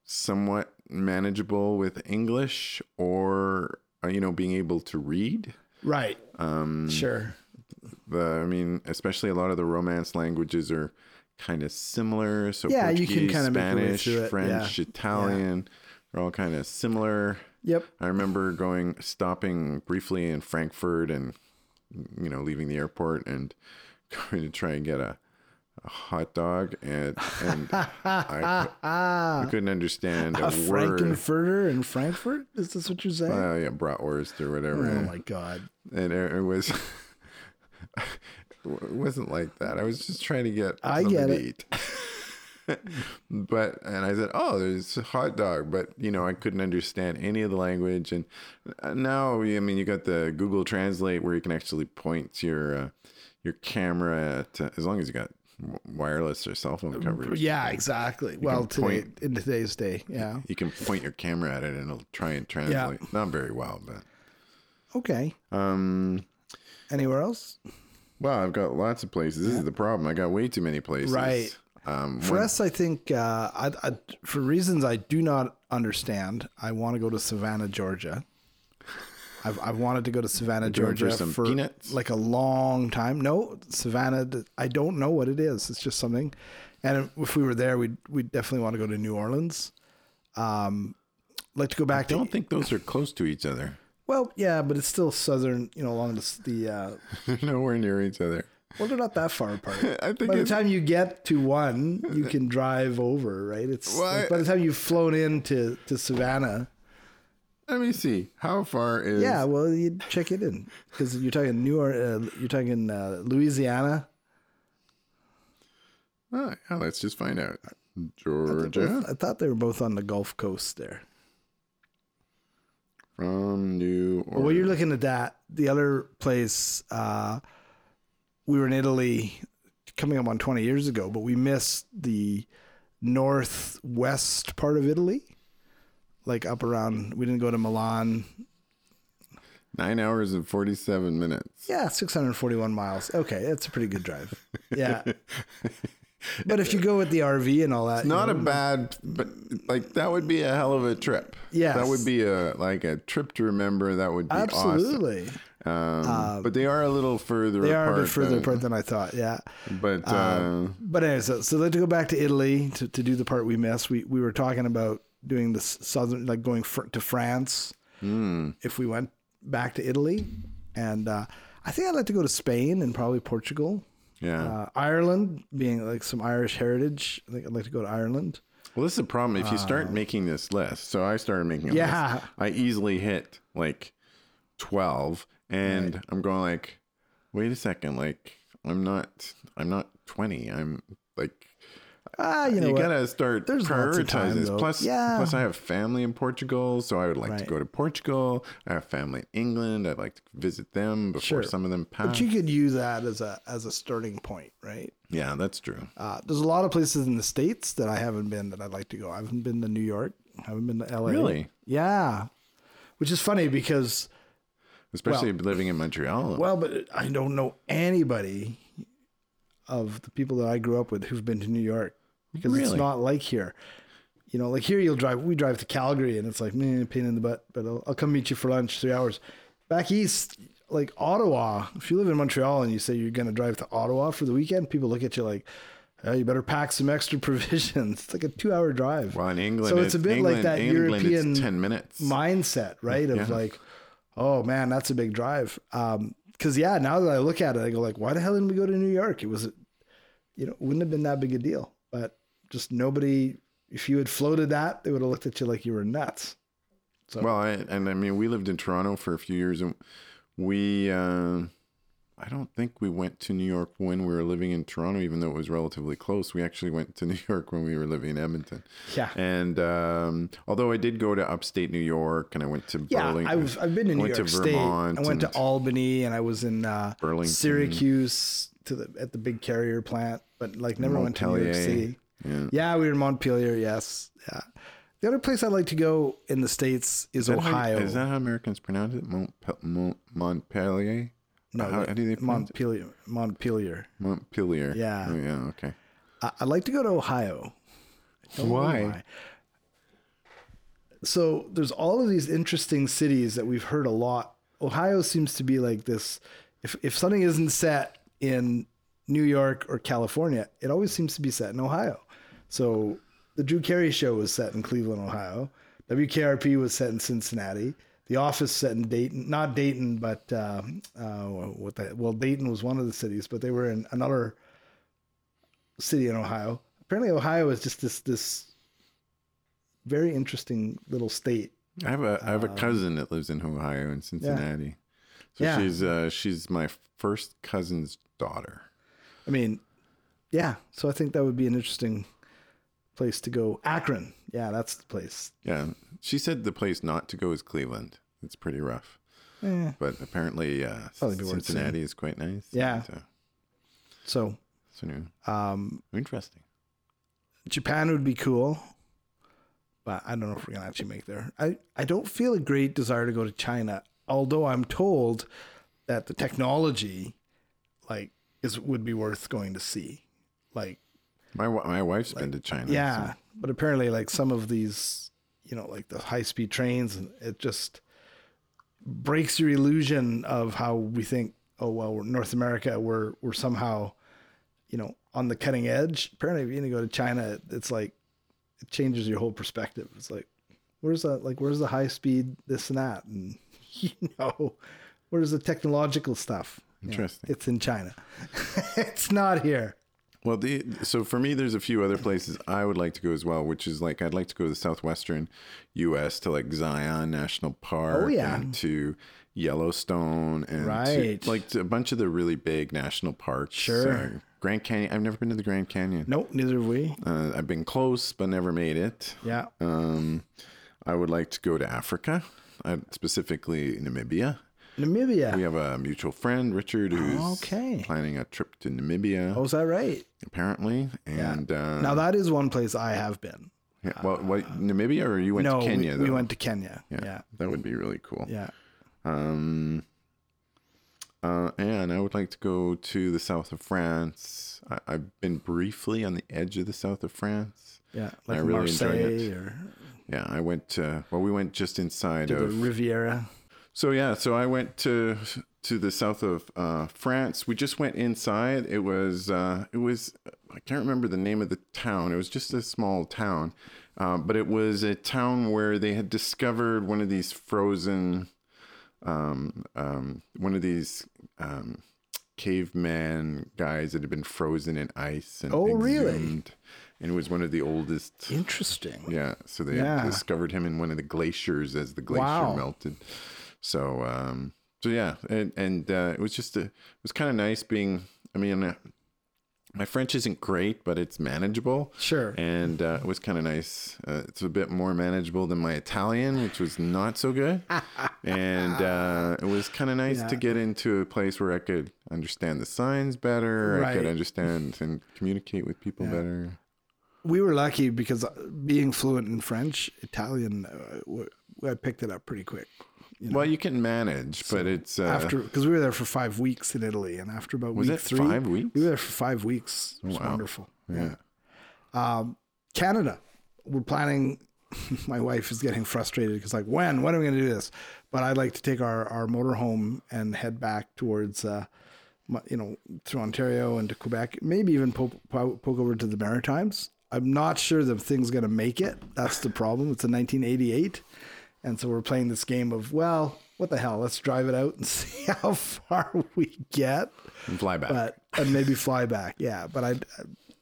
[SPEAKER 2] somewhat manageable with English or uh, you know being able to read.
[SPEAKER 1] Right.
[SPEAKER 2] Um,
[SPEAKER 1] Sure.
[SPEAKER 2] the I mean, especially a lot of the Romance languages are kind of similar. So
[SPEAKER 1] Yeah, you
[SPEAKER 2] Portuguese,
[SPEAKER 1] can kinda make your way
[SPEAKER 2] Spanish,
[SPEAKER 1] through it,
[SPEAKER 2] French,
[SPEAKER 1] yeah.
[SPEAKER 2] Italian, they're all kind of similar.
[SPEAKER 1] Yep.
[SPEAKER 2] I remember going stopping briefly in Frankfurt and you know leaving the airport and going to try and get a, a hot dog and and I,
[SPEAKER 1] Ah,
[SPEAKER 2] I couldn't understand a,
[SPEAKER 1] A
[SPEAKER 2] word.
[SPEAKER 1] Frankenfurter in Frankfurt? Is this what you're saying?
[SPEAKER 2] Oh yeah, bratwurst or whatever.
[SPEAKER 1] oh my god.
[SPEAKER 2] and it, it was it wasn't like that. I was just trying to get
[SPEAKER 1] I
[SPEAKER 2] something
[SPEAKER 1] get
[SPEAKER 2] to
[SPEAKER 1] it.
[SPEAKER 2] eat. but and I said, "Oh, there's a hot dog," but you know, I couldn't understand any of the language. And uh, now, I mean, you got the Google Translate where you can actually point your uh, your camera at, uh, as long as you got w- wireless or cell phone coverage.
[SPEAKER 1] Um, Yeah, exactly. well, today,
[SPEAKER 2] point-
[SPEAKER 1] in today's day, yeah.
[SPEAKER 2] You can point your camera at it and it'll try and translate. Not very well, but
[SPEAKER 1] Okay.
[SPEAKER 2] um,
[SPEAKER 1] Anywhere else?
[SPEAKER 2] Well, I've got lots of places. This is the problem. I got way too many places.
[SPEAKER 1] Right.
[SPEAKER 2] Um,
[SPEAKER 1] For us, I think uh, I, I, for reasons I do not understand, I want to go to Savannah, Georgia. I've, I've wanted to go to Savannah,
[SPEAKER 2] going for
[SPEAKER 1] Georgia
[SPEAKER 2] some
[SPEAKER 1] for
[SPEAKER 2] peanuts?
[SPEAKER 1] like a long time. No, Savannah. d- I don't know what it is. It's just something. And if we were there, we'd we would definitely want to go to New Orleans. Um, like to go back
[SPEAKER 2] I
[SPEAKER 1] to
[SPEAKER 2] don't think those are close to each other.
[SPEAKER 1] well, yeah, but it's still southern. You know, along the s- the uh,
[SPEAKER 2] They're nowhere near each other.
[SPEAKER 1] well, they're not that far apart.
[SPEAKER 2] I think
[SPEAKER 1] by the
[SPEAKER 2] it's,
[SPEAKER 1] time you get to one, you can drive over, right? It's
[SPEAKER 2] Well,
[SPEAKER 1] like
[SPEAKER 2] I-
[SPEAKER 1] by the time you've flown in to, to Savannah.
[SPEAKER 2] let me see. How far is
[SPEAKER 1] Yeah, well, you check it in because you're talking New or uh, you're talking uh, Louisiana.
[SPEAKER 2] Oh, yeah, let's just find out. Georgia
[SPEAKER 1] I thought they were both on the Gulf Coast there.
[SPEAKER 2] from New
[SPEAKER 1] Well,
[SPEAKER 2] Orleans.
[SPEAKER 1] you're looking at that, the other place uh, we were in Italy, coming up on 20 years ago, but we missed the northwest part of Italy, like up around. We didn't go to Milan.
[SPEAKER 2] Nine hours and forty-seven minutes.
[SPEAKER 1] Yeah, 641 miles. Okay, that's a pretty good drive. Yeah. but if you go with the RV and all that,
[SPEAKER 2] Not
[SPEAKER 1] you
[SPEAKER 2] a bad, but like that would be a hell of a trip.
[SPEAKER 1] Yes.
[SPEAKER 2] that would be a like a trip to remember. That would be
[SPEAKER 1] know,
[SPEAKER 2] awesome.
[SPEAKER 1] absolutely. Uh,
[SPEAKER 2] Um, but they are a little further.
[SPEAKER 1] They are a
[SPEAKER 2] apart
[SPEAKER 1] bit further
[SPEAKER 2] than-
[SPEAKER 1] apart than I thought. Yeah.
[SPEAKER 2] But uh,
[SPEAKER 1] But anyway, so, so let's go back to Italy to, to do the part we missed. We, we were talking about doing the s- southern, like going fr- to France
[SPEAKER 2] Hmm.
[SPEAKER 1] if we went back to Italy. And uh, I think I'd like to go to Spain and probably Portugal.
[SPEAKER 2] yeah.
[SPEAKER 1] Uh, Ireland, being like some Irish heritage, I think I'd like to go to Ireland.
[SPEAKER 2] Well, this is the problem. If you start making this list, so I started making a
[SPEAKER 1] Uh. Yeah.
[SPEAKER 2] list. I easily hit like twelve, and I'm going like, wait a second, like I'm not, I'm not twenty. I'm like,
[SPEAKER 1] Ah, you
[SPEAKER 2] you,
[SPEAKER 1] know what?
[SPEAKER 2] gotta start
[SPEAKER 1] There's lots of time,
[SPEAKER 2] prioritizing this.
[SPEAKER 1] though.
[SPEAKER 2] Plus,
[SPEAKER 1] Yeah.
[SPEAKER 2] plus I have family in Portugal, so I would like to
[SPEAKER 1] Right.
[SPEAKER 2] go to Portugal. I have family in England. I'd like to visit them before
[SPEAKER 1] Sure.
[SPEAKER 2] some of them
[SPEAKER 1] But
[SPEAKER 2] pass.
[SPEAKER 1] you could use that as a as a starting point, right?
[SPEAKER 2] yeah, that's true.
[SPEAKER 1] Uh, there's a lot of places in the states that I haven't been that I'd like to go. I haven't been to New York. I haven't been to LA.
[SPEAKER 2] Really?
[SPEAKER 1] Yeah. Which is funny because
[SPEAKER 2] Especially living in Montreal.
[SPEAKER 1] well, but I don't know anybody of the people that I grew up with who've been to New York because it's
[SPEAKER 2] Really?
[SPEAKER 1] not like here. You know, like here you'll drive. We drive to Calgary and it's like man, pain in the butt. But I'll, I'll come meet you for lunch, three hours. Back east, like Ottawa. If you live in Montreal and you say you're going to drive to Ottawa for the weekend, people look at you like, oh, you better pack some extra provisions. It's like a two-hour drive.
[SPEAKER 2] Well, in England,
[SPEAKER 1] So it's a bit like
[SPEAKER 2] England-
[SPEAKER 1] that
[SPEAKER 2] England,
[SPEAKER 1] European
[SPEAKER 2] It's ten minutes.
[SPEAKER 1] mindset, right? Of like, oh man, that's a big drive. Um, cause yeah, now that I look at it, I go like, why the hell didn't we go to New York? It was, you know, wouldn't have been that big a deal, but just nobody, if you had floated that, they would have looked at you like you were nuts.
[SPEAKER 2] Well, I, and I mean, we lived in Toronto for a few years, and we, uh, I don't think we went to New York when we were living in Toronto, even though it was relatively close. We actually went to New York when we were living in Edmonton.
[SPEAKER 1] Yeah.
[SPEAKER 2] And um, although I did go to upstate New York, and I went to
[SPEAKER 1] Yeah.
[SPEAKER 2] Burlington.
[SPEAKER 1] I was, I've been
[SPEAKER 2] I
[SPEAKER 1] in New
[SPEAKER 2] went
[SPEAKER 1] York
[SPEAKER 2] to
[SPEAKER 1] state.
[SPEAKER 2] Vermont
[SPEAKER 1] I went
[SPEAKER 2] and-
[SPEAKER 1] to Albany and I was in, uh,
[SPEAKER 2] Burlington.
[SPEAKER 1] Syracuse to the, at the big carrier plant, but like never went to New York
[SPEAKER 2] Montpelier.
[SPEAKER 1] city.
[SPEAKER 2] Yeah.
[SPEAKER 1] Yeah, we were in Montpelier. Yes, yeah. The other place I'd like to go in the States is,
[SPEAKER 2] that how-
[SPEAKER 1] Ohio.
[SPEAKER 2] is that how Americans pronounce it? Mont, Mont, Montpellier?
[SPEAKER 1] no,
[SPEAKER 2] how, how do they pronounce it?
[SPEAKER 1] Montpelier. Montpelier.
[SPEAKER 2] Montpelier.
[SPEAKER 1] Yeah.
[SPEAKER 2] Oh, yeah. Okay.
[SPEAKER 1] I, I'd like to go to Ohio. I don't know
[SPEAKER 2] Why?
[SPEAKER 1] So there's all of these interesting cities that we've heard a lot. Ohio seems to be like this. If if something isn't set in New York or California, it always seems to be set in Ohio. So the Drew Carey show was set in Cleveland, Ohio. WKRP was set in Cincinnati. The Office set in Dayton, not Dayton, but uh, uh, what the well, Dayton was one of the cities, but they were in another city in Ohio. Apparently, Ohio is just this this very interesting little state.
[SPEAKER 2] I have a I have a
[SPEAKER 1] Um,
[SPEAKER 2] cousin that lives in Ohio in Cincinnati. So
[SPEAKER 1] Yeah.
[SPEAKER 2] she's uh, she's my first cousin's daughter.
[SPEAKER 1] I mean, yeah. So I think that would be an interesting place to go. Akron, yeah, that's the place.
[SPEAKER 2] Yeah, she said the place not to go is Cleveland. It's pretty rough,
[SPEAKER 1] Eh,
[SPEAKER 2] but apparently, uh,
[SPEAKER 1] Probably be worth
[SPEAKER 2] Cincinnati is quite nice.
[SPEAKER 1] Yeah.
[SPEAKER 2] and, uh,
[SPEAKER 1] So
[SPEAKER 2] so anyway,
[SPEAKER 1] um,
[SPEAKER 2] interesting.
[SPEAKER 1] Japan would be cool, but I don't know if we're gonna actually make there. I I don't feel a great desire to go to China, although I'm told that the technology, like, is would be worth going to see, like.
[SPEAKER 2] My wi- my wife's been to China.
[SPEAKER 1] Yeah,
[SPEAKER 2] so-
[SPEAKER 1] but apparently, like some of these, you know, like the high speed trains, and it just breaks your illusion of how we think. Oh well, we're North America. We're we're somehow, you know, on the cutting edge. Apparently, if you're gonna go to China, it's like it changes your whole perspective. It's like where's that? Like where's the high speed this and that? And you know, where's the technological stuff? You know,
[SPEAKER 2] Interesting.
[SPEAKER 1] it's in China. it's not here.
[SPEAKER 2] Well, the so for me, there's a few other places I would like to go as well, which is like I'd like to go to the southwestern U.S. to like Zion National Park,
[SPEAKER 1] Oh, yeah.
[SPEAKER 2] and to Yellowstone, and to,
[SPEAKER 1] Right.
[SPEAKER 2] like to a bunch of the really big national parks.
[SPEAKER 1] Sure.
[SPEAKER 2] Uh, Grand Canyon. I've never been to the Grand Canyon.
[SPEAKER 1] Nope, neither have we.
[SPEAKER 2] Uh, I've been close, but never made it.
[SPEAKER 1] Yeah.
[SPEAKER 2] Um, I would like to go to Africa, uh, specifically Namibia.
[SPEAKER 1] Namibia.
[SPEAKER 2] We have a mutual friend, Richard, who's
[SPEAKER 1] Okay.
[SPEAKER 2] planning a trip to Namibia,
[SPEAKER 1] Oh, is that right?
[SPEAKER 2] apparently. And uh,
[SPEAKER 1] now that is one place I have been.
[SPEAKER 2] yeah, well, what, Namibia or you went
[SPEAKER 1] Uh, no,
[SPEAKER 2] to
[SPEAKER 1] we-
[SPEAKER 2] Kenya?
[SPEAKER 1] we,
[SPEAKER 2] though?
[SPEAKER 1] went to Kenya. Yeah, yeah.
[SPEAKER 2] That would be really cool. Um, uh, and I would like to go to the south of France. I, I've been briefly on the edge of the south of France.
[SPEAKER 1] Yeah, like
[SPEAKER 2] really
[SPEAKER 1] Marseille
[SPEAKER 2] enjoyed it.
[SPEAKER 1] or
[SPEAKER 2] Yeah, I went to, well, we went just inside
[SPEAKER 1] to the
[SPEAKER 2] of
[SPEAKER 1] Riviera.
[SPEAKER 2] So yeah, so I went to to the south of uh, France. We just went inside. It was uh, it was I can't remember the name of the town. It was just a small town, uh, but it was a town where they had discovered one of these frozen, um, um, one of these um, caveman guys that had been frozen in ice and
[SPEAKER 1] Oh, really?
[SPEAKER 2] exhumed. And it was one of the oldest
[SPEAKER 1] Interesting.
[SPEAKER 2] yeah, so they
[SPEAKER 1] Yeah.
[SPEAKER 2] discovered him in one of the glaciers as the glacier
[SPEAKER 1] Wow.
[SPEAKER 2] melted. So, um, so yeah, and and uh, it was just a, it was kind of nice being. I mean, uh, my French isn't great, but it's manageable.
[SPEAKER 1] Sure.
[SPEAKER 2] And uh, it was kind of nice. Uh, it's a bit more manageable than my Italian, which was not so good. and uh, it was kind of nice to get into a place where I could understand the signs better. I could
[SPEAKER 1] Right.
[SPEAKER 2] understand and communicate with people better.
[SPEAKER 1] We were lucky because uh, being fluent in French, Italian, uh, w- I picked it up pretty quick.
[SPEAKER 2] Well, you can manage, but it's uh,
[SPEAKER 1] After because we were there for five weeks in Italy, and after about
[SPEAKER 2] Was
[SPEAKER 1] week
[SPEAKER 2] it
[SPEAKER 1] three,
[SPEAKER 2] five weeks?
[SPEAKER 1] we were there for five weeks. It was
[SPEAKER 2] Wow.
[SPEAKER 1] wonderful. Um,
[SPEAKER 2] Yeah.
[SPEAKER 1] Canada. We're planning. My wife is getting frustrated because, like, when? When are we going to do this? But I'd like to take our our motorhome and head back towards, uh, mu- you know, through Ontario and to Quebec. Maybe even poke, po- poke over to the Maritimes. I'm not sure the thing's going to make it. That's the problem. It's a 1988, and so we're playing this game of well, what the hell? Let's drive it out and see how far we get,
[SPEAKER 2] And fly back.
[SPEAKER 1] but and maybe fly back. Yeah, but I,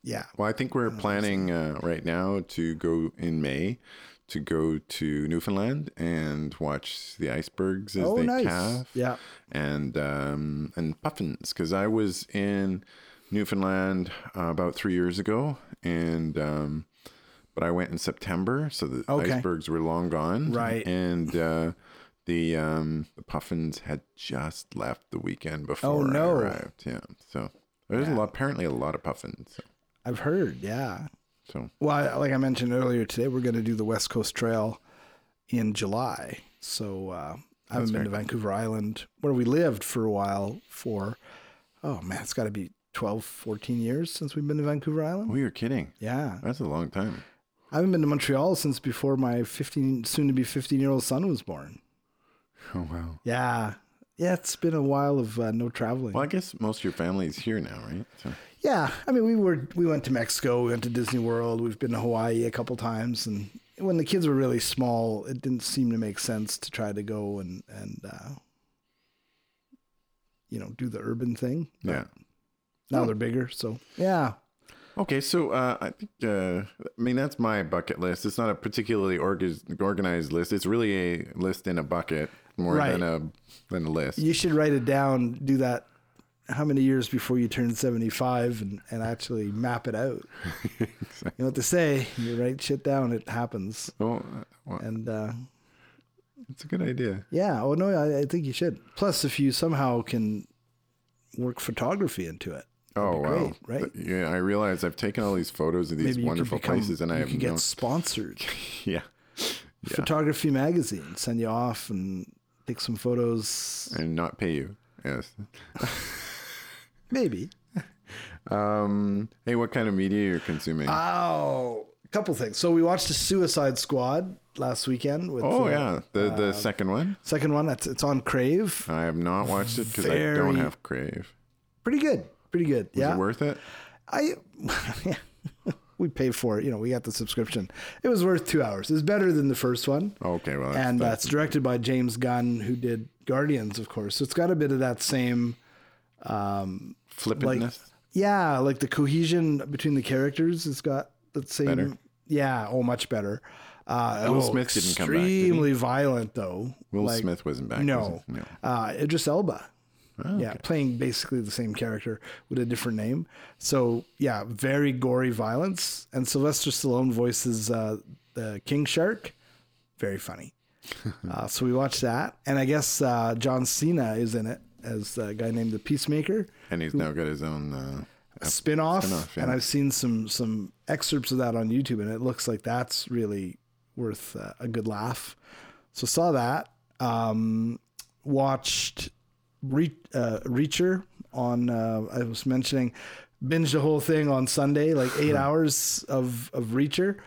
[SPEAKER 1] yeah,
[SPEAKER 2] well, I think
[SPEAKER 1] Oh,
[SPEAKER 2] we're planning uh, right now to go in May to go to Newfoundland and watch the icebergs as
[SPEAKER 1] Oh,
[SPEAKER 2] they
[SPEAKER 1] nice.
[SPEAKER 2] calve.
[SPEAKER 1] Yeah.
[SPEAKER 2] And um, and puffins because I was in Newfoundland uh, about three years ago and. Um, but I went in September, so the
[SPEAKER 1] Okay.
[SPEAKER 2] icebergs were long gone.
[SPEAKER 1] Right.
[SPEAKER 2] And uh, the um, the puffins had just left the weekend before
[SPEAKER 1] no.
[SPEAKER 2] I arrived. Yeah. So there's a lot, apparently a lot of puffins.
[SPEAKER 1] I've heard. Yeah.
[SPEAKER 2] So
[SPEAKER 1] Well, I, like I mentioned earlier today, we're going to do the West Coast Trail in July. So uh, I haven't been to Vancouver Island, where we lived for a while, for, oh man, it's got to be 12, 14 years since we've been to Vancouver Island.
[SPEAKER 2] we were kidding.
[SPEAKER 1] Yeah.
[SPEAKER 2] That's a long time.
[SPEAKER 1] I haven't been to Montreal since before my 15, soon to be 15 year old son was born.
[SPEAKER 2] Oh wow.
[SPEAKER 1] Yeah. Yeah, it's been a while of uh, no traveling.
[SPEAKER 2] Well, I guess most of your family is here now, right? So
[SPEAKER 1] Yeah, I mean, we were we went to Mexico, we went to Disney World, we've been to Hawaii a couple times, and when the kids were really small, it didn't seem to make sense to try to go and and uh, you know do the urban thing.
[SPEAKER 2] yeah.
[SPEAKER 1] Now they're bigger, so yeah,
[SPEAKER 2] Okay, so uh, I think uh, I mean that's my bucket list. It's not a particularly org- organized list. It's really a list in a bucket more
[SPEAKER 1] Right.
[SPEAKER 2] than a than a list.
[SPEAKER 1] you should write it down. Do that. How many years before you turn seventy five, and and actually map it out. You know what to say. You write shit down. It happens,
[SPEAKER 2] Well, uh, well,
[SPEAKER 1] and. uh
[SPEAKER 2] it's a good idea.
[SPEAKER 1] Yeah. Oh no, I, I think you should. Plus, if you somehow can work photography into it,
[SPEAKER 2] Oh wow!
[SPEAKER 1] great, right?
[SPEAKER 2] Th- Yeah, I realize I've taken all these photos of these
[SPEAKER 1] maybe you
[SPEAKER 2] wonderful
[SPEAKER 1] could become,
[SPEAKER 2] places, and I
[SPEAKER 1] you
[SPEAKER 2] have
[SPEAKER 1] could get
[SPEAKER 2] no.
[SPEAKER 1] sponsored.
[SPEAKER 2] Yeah,
[SPEAKER 1] Photography magazine send you off and take some photos.
[SPEAKER 2] and not pay you. Yes.
[SPEAKER 1] Maybe.
[SPEAKER 2] Um. Hey, what kind of media you're consuming?
[SPEAKER 1] Oh, a couple things. So we watched the Suicide Squad last weekend. With
[SPEAKER 2] oh
[SPEAKER 1] uh,
[SPEAKER 2] yeah, the the second one.
[SPEAKER 1] Second one. That's it's on Crave.
[SPEAKER 2] I have not watched it because I don't
[SPEAKER 1] very-
[SPEAKER 2] have Crave.
[SPEAKER 1] Pretty good. Pretty good.
[SPEAKER 2] Is
[SPEAKER 1] yeah.
[SPEAKER 2] it worth it?
[SPEAKER 1] I yeah. we paid for it. You know, we got the subscription. It was worth two hours. It was better than the first one.
[SPEAKER 2] Okay, well, that's,
[SPEAKER 1] and that's directed by James Gunn, who did Guardians, of course. So it's got a bit of that same,
[SPEAKER 2] flippantness.
[SPEAKER 1] yeah, like the cohesion between the characters. It's got that same,
[SPEAKER 2] Better.
[SPEAKER 1] yeah, oh, much better. Uh,
[SPEAKER 2] Will
[SPEAKER 1] oh,
[SPEAKER 2] Smith didn't come back, did he?
[SPEAKER 1] Extremely violent, though.
[SPEAKER 2] Will
[SPEAKER 1] Like,
[SPEAKER 2] Smith wasn't back.
[SPEAKER 1] No,
[SPEAKER 2] was he? no.
[SPEAKER 1] Uh, Idris Elba. Yeah, playing basically the same character with a different name. So yeah, very gory violence. And Sylvester Stallone voices uh, the King Shark. Very funny. uh, so we watched that, and I guess uh, John Cena is in it as a guy named the Peacemaker
[SPEAKER 2] And he's now got his own. Uh,
[SPEAKER 1] spin off,
[SPEAKER 2] spin-off, yeah.
[SPEAKER 1] and I've seen some some excerpts of that on YouTube, and it looks like that's really worth uh, a good laugh. So saw that, um, watched Re- uh, Reacher on. Uh, I was mentioning, binged the whole thing on Sunday, like eight hours of of Reacher.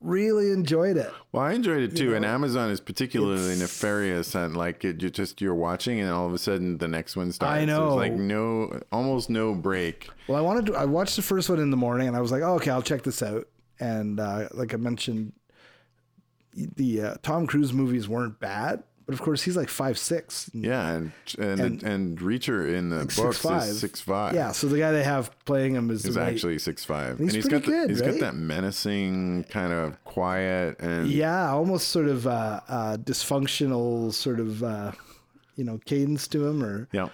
[SPEAKER 1] Really enjoyed it.
[SPEAKER 2] well, I enjoyed it too. and Amazon is particularly nefarious, and like it, you just you're watching, and all of a sudden the next one starts.
[SPEAKER 1] I
[SPEAKER 2] There's
[SPEAKER 1] know.
[SPEAKER 2] like no, almost no break.
[SPEAKER 1] Well, I wanted to. I watched the first one in the morning, and I was like, oh, "Okay, I'll check this out." And uh, like I mentioned, the uh, Tom Cruise movies weren't bad, but of course he's like five six.
[SPEAKER 2] Yeah, and and and, Reacher in the books
[SPEAKER 1] five.
[SPEAKER 2] is six five.
[SPEAKER 1] Yeah, so the guy they have playing him is
[SPEAKER 2] He's
[SPEAKER 1] right-
[SPEAKER 2] actually six five,
[SPEAKER 1] He's
[SPEAKER 2] and he's got
[SPEAKER 1] pretty
[SPEAKER 2] the,
[SPEAKER 1] good,
[SPEAKER 2] he's got
[SPEAKER 1] right?
[SPEAKER 2] that menacing kind of quiet and
[SPEAKER 1] yeah, almost sort of uh, uh, dysfunctional sort of uh, you know cadence to him, or
[SPEAKER 2] yeah.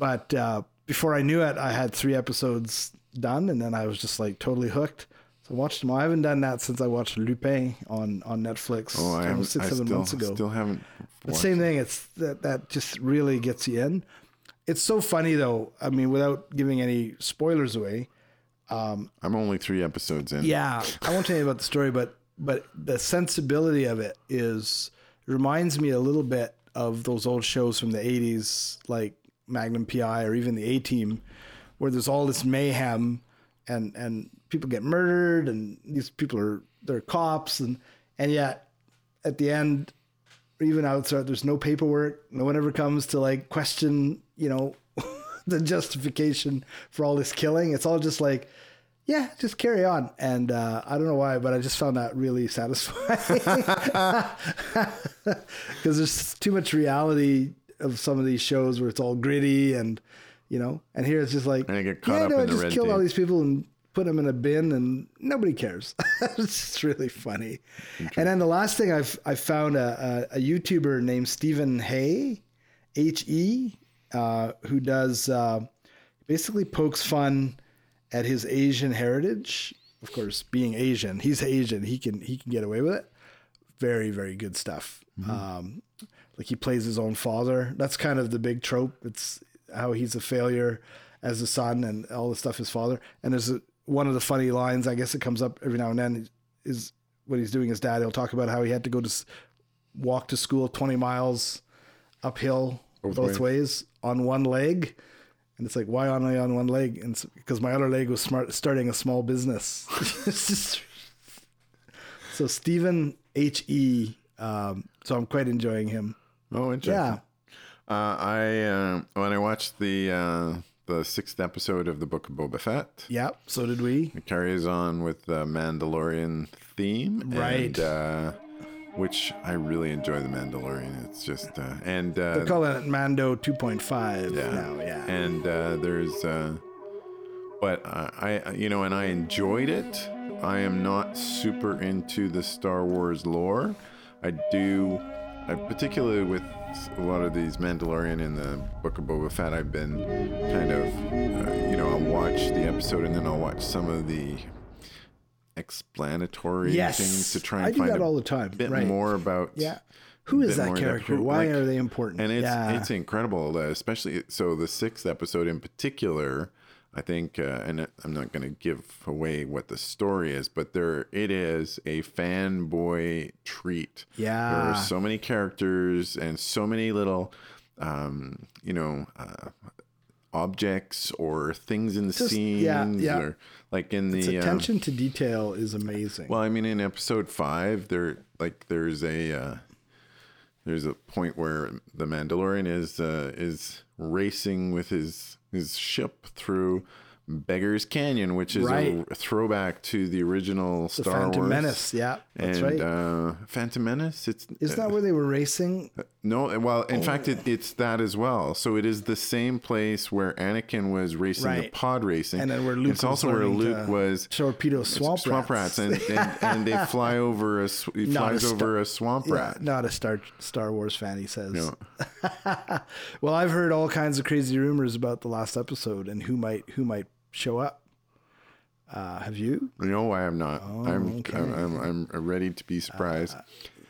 [SPEAKER 1] But uh, before I knew it, I had three episodes done, and then I was just like totally hooked. So I watched them. all. I haven't done that since I watched Lupin on on Netflix I
[SPEAKER 2] Oh, I,
[SPEAKER 1] don't know,
[SPEAKER 2] haven't-
[SPEAKER 1] six
[SPEAKER 2] I
[SPEAKER 1] seven
[SPEAKER 2] still,
[SPEAKER 1] months ago.
[SPEAKER 2] still haven't.
[SPEAKER 1] But
[SPEAKER 2] watched-
[SPEAKER 1] same thing. It's that that just really gets you in. It's so funny though. I mean, without giving any spoilers away.
[SPEAKER 2] I'm only three episodes in.
[SPEAKER 1] Yeah, I won't tell you about the story, but but the sensibility of it is it reminds me a little bit of those old shows from the '80s, like Magnum PI or even the A Team, where there's all this mayhem and and people get murdered and these people are they're cops and and yet at the end or even outside there's no paperwork no one ever comes to like question you know the justification for all this killing it's all just like yeah just carry on and uh, i don't know why but i just found that really satisfying because there's too much reality of some of these shows where it's all gritty and you know and here it's just like
[SPEAKER 2] And I get caught
[SPEAKER 1] yeah,
[SPEAKER 2] up
[SPEAKER 1] no,
[SPEAKER 2] in
[SPEAKER 1] I
[SPEAKER 2] the
[SPEAKER 1] just
[SPEAKER 2] red
[SPEAKER 1] killed all
[SPEAKER 2] tape.
[SPEAKER 1] these people and put them in a bin and nobody cares. it's just really funny. And then the last thing I've I found a, a, a YouTuber named Stephen Hay, H E, uh, who does uh, basically pokes fun at his Asian heritage. Of course, being Asian, he's Asian. He can he can get away with it. Very very good stuff. Um, like he plays his own father. That's kind of the big trope. It's how he's a failure as a son and all the stuff his father. And there's a one of the funny lines, I guess it comes up every now and then, is what he's doing. His dad, he'll talk about how he had to go to s- walk to school 20 miles uphill both, ways on one leg. And it's like, why only on one leg? And because my other leg was smart, starting a small business. It's just- so Stephen H E. Um, so I'm quite enjoying him.
[SPEAKER 2] Oh, interesting.
[SPEAKER 1] Yeah,
[SPEAKER 2] Uh, I uh, when I watched the uh, the sixth episode of the Book of Boba Fett,
[SPEAKER 1] yeah. So did we.
[SPEAKER 2] it carries on with the Mandalorian theme,
[SPEAKER 1] Right.
[SPEAKER 2] And, uh, which I really enjoy the Mandalorian. It's just uh, and
[SPEAKER 1] We're
[SPEAKER 2] uh,
[SPEAKER 1] calling it Mando 2.5
[SPEAKER 2] yeah,
[SPEAKER 1] now. Yeah.
[SPEAKER 2] and uh, there's uh, but I, I you know and I enjoyed it. I am not super into the Star Wars lore. I do, I particularly with a lot of these Mandalorian and the Book of Boba Fett. I've been kind of, uh, you know, I'll watch the episode and then I'll watch some of the explanatory
[SPEAKER 1] Yes.
[SPEAKER 2] things to try and
[SPEAKER 1] I do
[SPEAKER 2] find
[SPEAKER 1] that
[SPEAKER 2] a
[SPEAKER 1] all the time,
[SPEAKER 2] bit
[SPEAKER 1] right.
[SPEAKER 2] more about
[SPEAKER 1] Yeah. Who is
[SPEAKER 2] bit
[SPEAKER 1] that
[SPEAKER 2] more in depth.
[SPEAKER 1] character?
[SPEAKER 2] Who-
[SPEAKER 1] Why
[SPEAKER 2] like-
[SPEAKER 1] are they important?
[SPEAKER 2] and it's
[SPEAKER 1] yeah.
[SPEAKER 2] it's incredible, uh, especially so the sixth episode in particular. I think, uh, and I'm not going to give away what the story is, but there it is a fanboy treat. There
[SPEAKER 1] yeah.
[SPEAKER 2] are so many characters and so many little, um, you know, uh, objects or things in the
[SPEAKER 1] Just-
[SPEAKER 2] scenes,
[SPEAKER 1] yeah, yeah.
[SPEAKER 2] or like in
[SPEAKER 1] Its
[SPEAKER 2] the uh,
[SPEAKER 1] attention to detail is amazing.
[SPEAKER 2] well, I mean, in episode five, there like there's a uh, there's a point where the Mandalorian is uh, is racing with his his ship through Beggar's Canyon, which is
[SPEAKER 1] Right.
[SPEAKER 2] a throwback to the original
[SPEAKER 1] the
[SPEAKER 2] Star
[SPEAKER 1] Phantom
[SPEAKER 2] Wars.
[SPEAKER 1] Menace. Yeah. That's
[SPEAKER 2] and
[SPEAKER 1] right.
[SPEAKER 2] uh, Phantom Menace. It's
[SPEAKER 1] Isn't that where they were racing?
[SPEAKER 2] uh, no, well, in fact,
[SPEAKER 1] Oh.
[SPEAKER 2] it, it's that as well. So it is the same place where Anakin was racing the
[SPEAKER 1] Right.
[SPEAKER 2] pod racing,
[SPEAKER 1] And then where Luke
[SPEAKER 2] It's also
[SPEAKER 1] was
[SPEAKER 2] where
[SPEAKER 1] learning
[SPEAKER 2] Luke
[SPEAKER 1] to
[SPEAKER 2] was
[SPEAKER 1] Torpedo swamp, rats.
[SPEAKER 2] and, and, and they fly over a sw- he
[SPEAKER 1] Not
[SPEAKER 2] flies
[SPEAKER 1] a sta-
[SPEAKER 2] over a swamp
[SPEAKER 1] Yeah,
[SPEAKER 2] rat.
[SPEAKER 1] not a Star Star Wars fan, he says. well, I've heard all kinds of crazy rumors about the last episode and who might who might show up. Uh, have you?
[SPEAKER 2] No, I am not. I'm, I'm, I'm I'm ready to be surprised.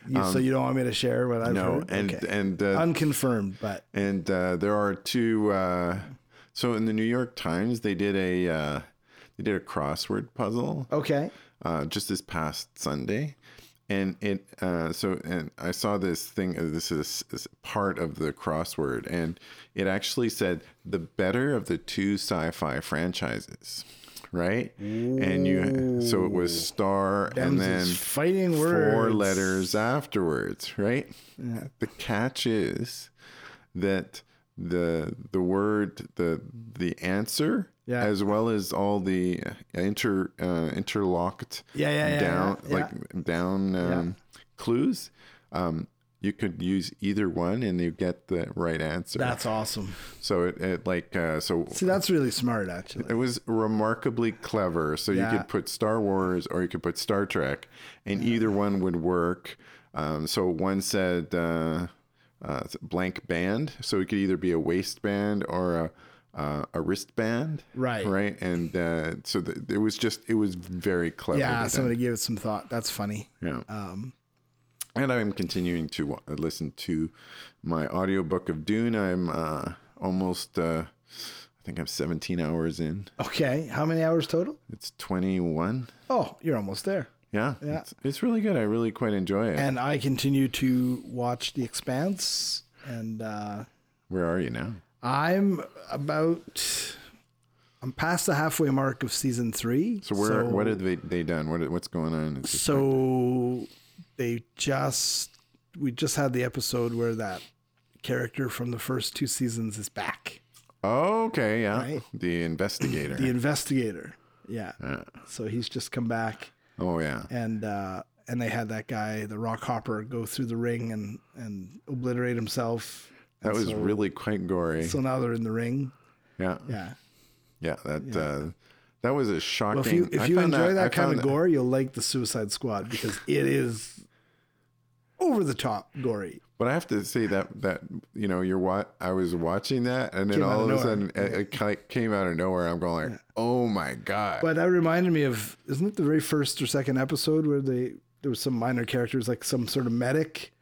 [SPEAKER 1] you so you don't want me to share what I've
[SPEAKER 2] Um, no,
[SPEAKER 1] Uh, heard?
[SPEAKER 2] and
[SPEAKER 1] Okay.
[SPEAKER 2] and uh,
[SPEAKER 1] unconfirmed, but
[SPEAKER 2] and uh, there are two. Uh, so in the New York Times, they did a uh, they did a crossword puzzle.
[SPEAKER 1] okay.
[SPEAKER 2] uh, just this past Sunday, and it uh, so and I saw this thing. uh, This is, is part of the crossword, and it actually said the better of the two sci-fi franchises, right? And you so it was Star, and
[SPEAKER 1] Them's
[SPEAKER 2] then
[SPEAKER 1] is fighting words.
[SPEAKER 2] four letters afterwards, right? The catch is that the the word the the answer
[SPEAKER 1] Yeah.
[SPEAKER 2] as well as all the inter uh, interlocked
[SPEAKER 1] Yeah, yeah, yeah,
[SPEAKER 2] down
[SPEAKER 1] yeah, yeah.
[SPEAKER 2] like down um, clues um, you could use either one and you get the right answer
[SPEAKER 1] That's awesome.
[SPEAKER 2] so it, it like uh, so
[SPEAKER 1] See, that's really smart, actually.
[SPEAKER 2] it was remarkably clever. So
[SPEAKER 1] Yeah.
[SPEAKER 2] you could put Star Wars or you could put Star Trek, and either one would work. Um, so one said uh, uh, blank band, so it could either be a waistband or a uh, a wristband,
[SPEAKER 1] Right.
[SPEAKER 2] Right, and uh, so th- it was just it was very clever.
[SPEAKER 1] Yeah,
[SPEAKER 2] done.
[SPEAKER 1] somebody gave it some thought. That's funny.
[SPEAKER 2] yeah.
[SPEAKER 1] Um,
[SPEAKER 2] And I'm continuing to wa- listen to my audiobook of Dune. I'm uh, almost, uh, I think I'm 17 hours in.
[SPEAKER 1] okay, how many hours total?
[SPEAKER 2] It's 21.
[SPEAKER 1] Oh, you're almost there.
[SPEAKER 2] Yeah, It's, it's really good. I really quite enjoy it.
[SPEAKER 1] And I continue to watch The Expanse, and uh,
[SPEAKER 2] Where are you now?
[SPEAKER 1] I'm about I'm past the halfway mark of season three.
[SPEAKER 2] So where? what have they, they done? What what's going on? Is this-
[SPEAKER 1] So they just we just had the episode where that character from the first two seasons is back.
[SPEAKER 2] oh, okay, yeah.
[SPEAKER 1] Right.
[SPEAKER 2] The investigator.
[SPEAKER 1] The investigator. Yeah.
[SPEAKER 2] Yeah.
[SPEAKER 1] So he's just come back
[SPEAKER 2] oh yeah.
[SPEAKER 1] and uh and they had that guy, the rock hopper, go through the ring and and obliterate himself.
[SPEAKER 2] That
[SPEAKER 1] And
[SPEAKER 2] was
[SPEAKER 1] so,
[SPEAKER 2] really quite gory.
[SPEAKER 1] so now they're in the ring.
[SPEAKER 2] yeah. yeah,
[SPEAKER 1] Yeah.
[SPEAKER 2] That uh, that was a shocking.
[SPEAKER 1] Well, if you if
[SPEAKER 2] I
[SPEAKER 1] you
[SPEAKER 2] found
[SPEAKER 1] enjoy
[SPEAKER 2] I
[SPEAKER 1] that kind
[SPEAKER 2] found
[SPEAKER 1] of gore, you'll like the Suicide Squad because it is over the top gory.
[SPEAKER 2] But I have to say that that you know you're what I was watching that, and then
[SPEAKER 1] Came out of
[SPEAKER 2] all of a
[SPEAKER 1] nowhere.
[SPEAKER 2] sudden it, it kind of came out of nowhere. I'm going like, oh my god.
[SPEAKER 1] But that reminded me of isn't it the very first or second episode where they there was some minor characters like some sort of medic,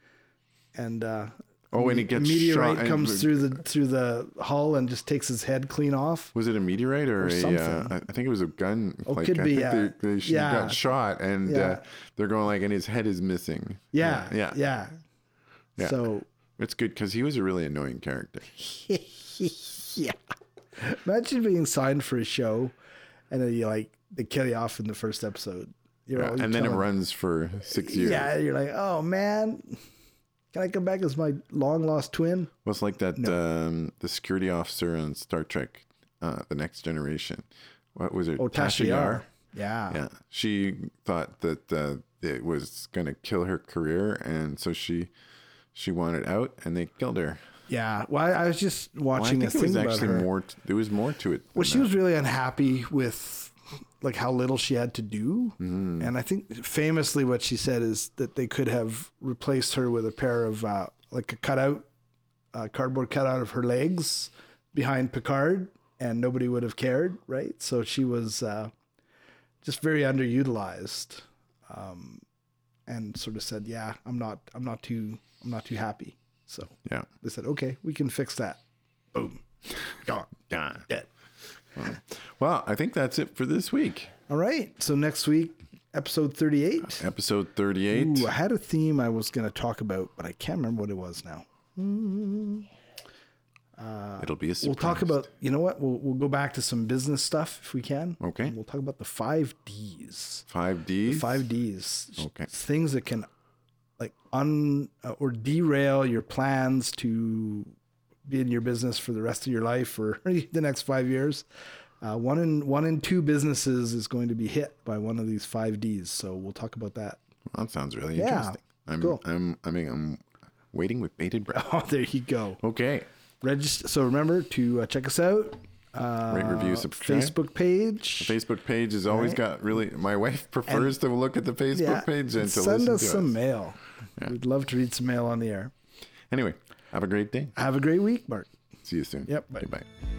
[SPEAKER 1] and uh,
[SPEAKER 2] Oh, and it gets
[SPEAKER 1] meteorite
[SPEAKER 2] shot. and-
[SPEAKER 1] comes through the through the hull and just takes his head clean off.
[SPEAKER 2] Was it a meteorite or, a? Uh,
[SPEAKER 1] something.
[SPEAKER 2] I I think it was a gun. Oh, like,
[SPEAKER 1] could
[SPEAKER 2] I
[SPEAKER 1] be,
[SPEAKER 2] think
[SPEAKER 1] yeah.
[SPEAKER 2] They, they sh-
[SPEAKER 1] Yeah.
[SPEAKER 2] got shot, and
[SPEAKER 1] Yeah.
[SPEAKER 2] uh, they're going like, and his head is missing.
[SPEAKER 1] Yeah,
[SPEAKER 2] yeah.
[SPEAKER 1] yeah.
[SPEAKER 2] Yeah.
[SPEAKER 1] So
[SPEAKER 2] It's good because he was a really annoying character.
[SPEAKER 1] yeah. Imagine being signed for a show, and then you like they kill you off in the first episode. You're
[SPEAKER 2] Yeah,
[SPEAKER 1] always
[SPEAKER 2] and then it
[SPEAKER 1] telling-
[SPEAKER 2] runs for six years.
[SPEAKER 1] Yeah, you're like, oh man, can I come back as my long lost twin?
[SPEAKER 2] Well, it's like that um, the security officer on Star Trek, uh, the Next Generation. What was it?
[SPEAKER 1] Oh, Tashiar. Yeah.
[SPEAKER 2] Yeah, she thought that uh, it was gonna kill her career, and so she she wanted out, and they killed her.
[SPEAKER 1] Yeah. Well, I, I was just
[SPEAKER 2] Well, I
[SPEAKER 1] watching
[SPEAKER 2] think
[SPEAKER 1] this
[SPEAKER 2] it was
[SPEAKER 1] thing about
[SPEAKER 2] actually
[SPEAKER 1] her.
[SPEAKER 2] more. t- there was more to it.
[SPEAKER 1] well,
[SPEAKER 2] than
[SPEAKER 1] she was really unhappy with like how little she had to do,
[SPEAKER 2] Mm.
[SPEAKER 1] and I think famously what she said is that they could have replaced her with a pair of uh, like a cutout, a cardboard cutout of her legs behind Picard, and nobody would have cared, right? So she was uh, just very underutilized, um, and sort of said, "Yeah, I'm not, I'm not too, I'm not too happy." So
[SPEAKER 2] yeah,
[SPEAKER 1] they said, "Okay, we can fix that." Boom, gone,
[SPEAKER 2] yeah.
[SPEAKER 1] dead.
[SPEAKER 2] Well, I think that's it for this week.
[SPEAKER 1] All right. So next week, episode 38.
[SPEAKER 2] Episode thirty-eight.
[SPEAKER 1] Ooh, I had a theme I was going to talk about, but I can't remember what it was now.
[SPEAKER 2] It'll be a surprise.
[SPEAKER 1] uh, We'll talk about, you know what? We'll, we'll go back to some business stuff if we can.
[SPEAKER 2] Okay.
[SPEAKER 1] And we'll talk about the five Ds.
[SPEAKER 2] five Ds.
[SPEAKER 1] Five Ds.
[SPEAKER 2] Okay.
[SPEAKER 1] Things that can like un uh, or derail your plans to be in your business for the rest of your life or the next five years. Uh, one in one in two businesses is going to be hit by one of these five Ds. So we'll talk about that.
[SPEAKER 2] Well, that sounds really
[SPEAKER 1] Yeah,
[SPEAKER 2] interesting. I'm,
[SPEAKER 1] cool.
[SPEAKER 2] I'm, I mean, I'm waiting with bated breath.
[SPEAKER 1] Oh, there you go.
[SPEAKER 2] Okay.
[SPEAKER 1] Register. So remember to uh, check us out. Uh,
[SPEAKER 2] Rate, review, subscribe.
[SPEAKER 1] Facebook page.
[SPEAKER 2] Facebook page has always got really. My wife prefers to look at the Facebook
[SPEAKER 1] Yeah.
[SPEAKER 2] page and to
[SPEAKER 1] Send
[SPEAKER 2] listen
[SPEAKER 1] us
[SPEAKER 2] to
[SPEAKER 1] some
[SPEAKER 2] us.
[SPEAKER 1] mail. We'd love to read some mail on the air.
[SPEAKER 2] Anyway, have a great day.
[SPEAKER 1] Have a great week, Mark.
[SPEAKER 2] See you soon.
[SPEAKER 1] Yep, bye.
[SPEAKER 2] Bye.